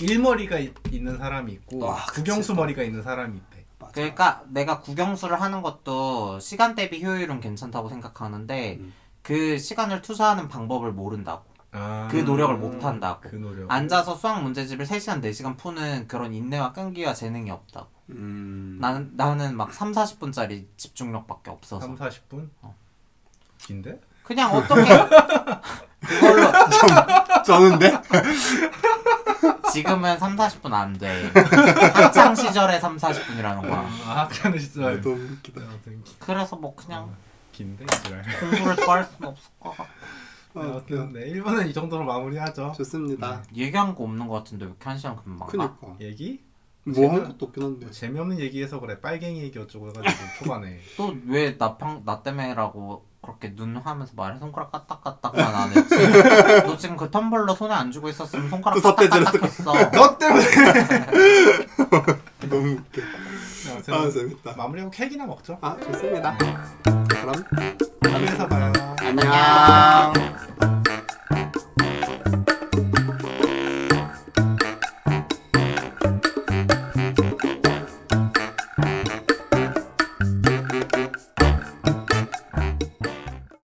일머리가 있, 있는 사람이 있고
아, 그치.
구경수 머리가 있는 사람이 있대.
맞아.
그러니까 내가 국영수를 하는 것도 시간 대비 효율은 괜찮다고 생각하는데
음.
그 시간을 투자하는 방법을 모른다고.
아,
그 노력을 못 한다고.
그 노력.
앉아서 수학 문제집을 3시간 4시간 푸는 그런 인내와 끈기와 재능이 없다고.
음
나는 나는 막 3, 40분짜리 집중력밖에 없어서.
3, 40분?
어.
긴데?
그냥 어떻게 그걸로
저는데
지금은 3, 40분 안 돼. 학창 시절에 3, 40분이라는 거야.
아, 하는 시절.
너무 웃기다
아무튼 기- 어,
그래서 뭐 그냥
긴데? 지랄.
공부를 더 할 수는 없을 것 같아.
아,
아무튼
웃겨.
네, 1분은 이 정도로 마무리하죠.
좋습니다
얘기한 거 없는 것 같은데 왜 이렇게 한 시간 금방 가?
그니까
얘기?
뭐 한 것도 없긴 한데
뭐 재미없는 얘기해서 그래. 빨갱이 얘기 어쩌고 해가지고 초반에.
또왜나 평, 나 때문에라고 그렇게 눈 하면서 말해 손가락 까딱까딱만 안 했지? 너 지금 그 텀블러 손에 안 주고 있었으면 손가락
또 삿대질했을
까딱까딱 했어.
너 때문에!
너무 웃겨
아무튼
아 재밌다
마무리하고 케이크나 먹죠.
아 좋습니다 그럼
그래서 봐요.
네. 안녕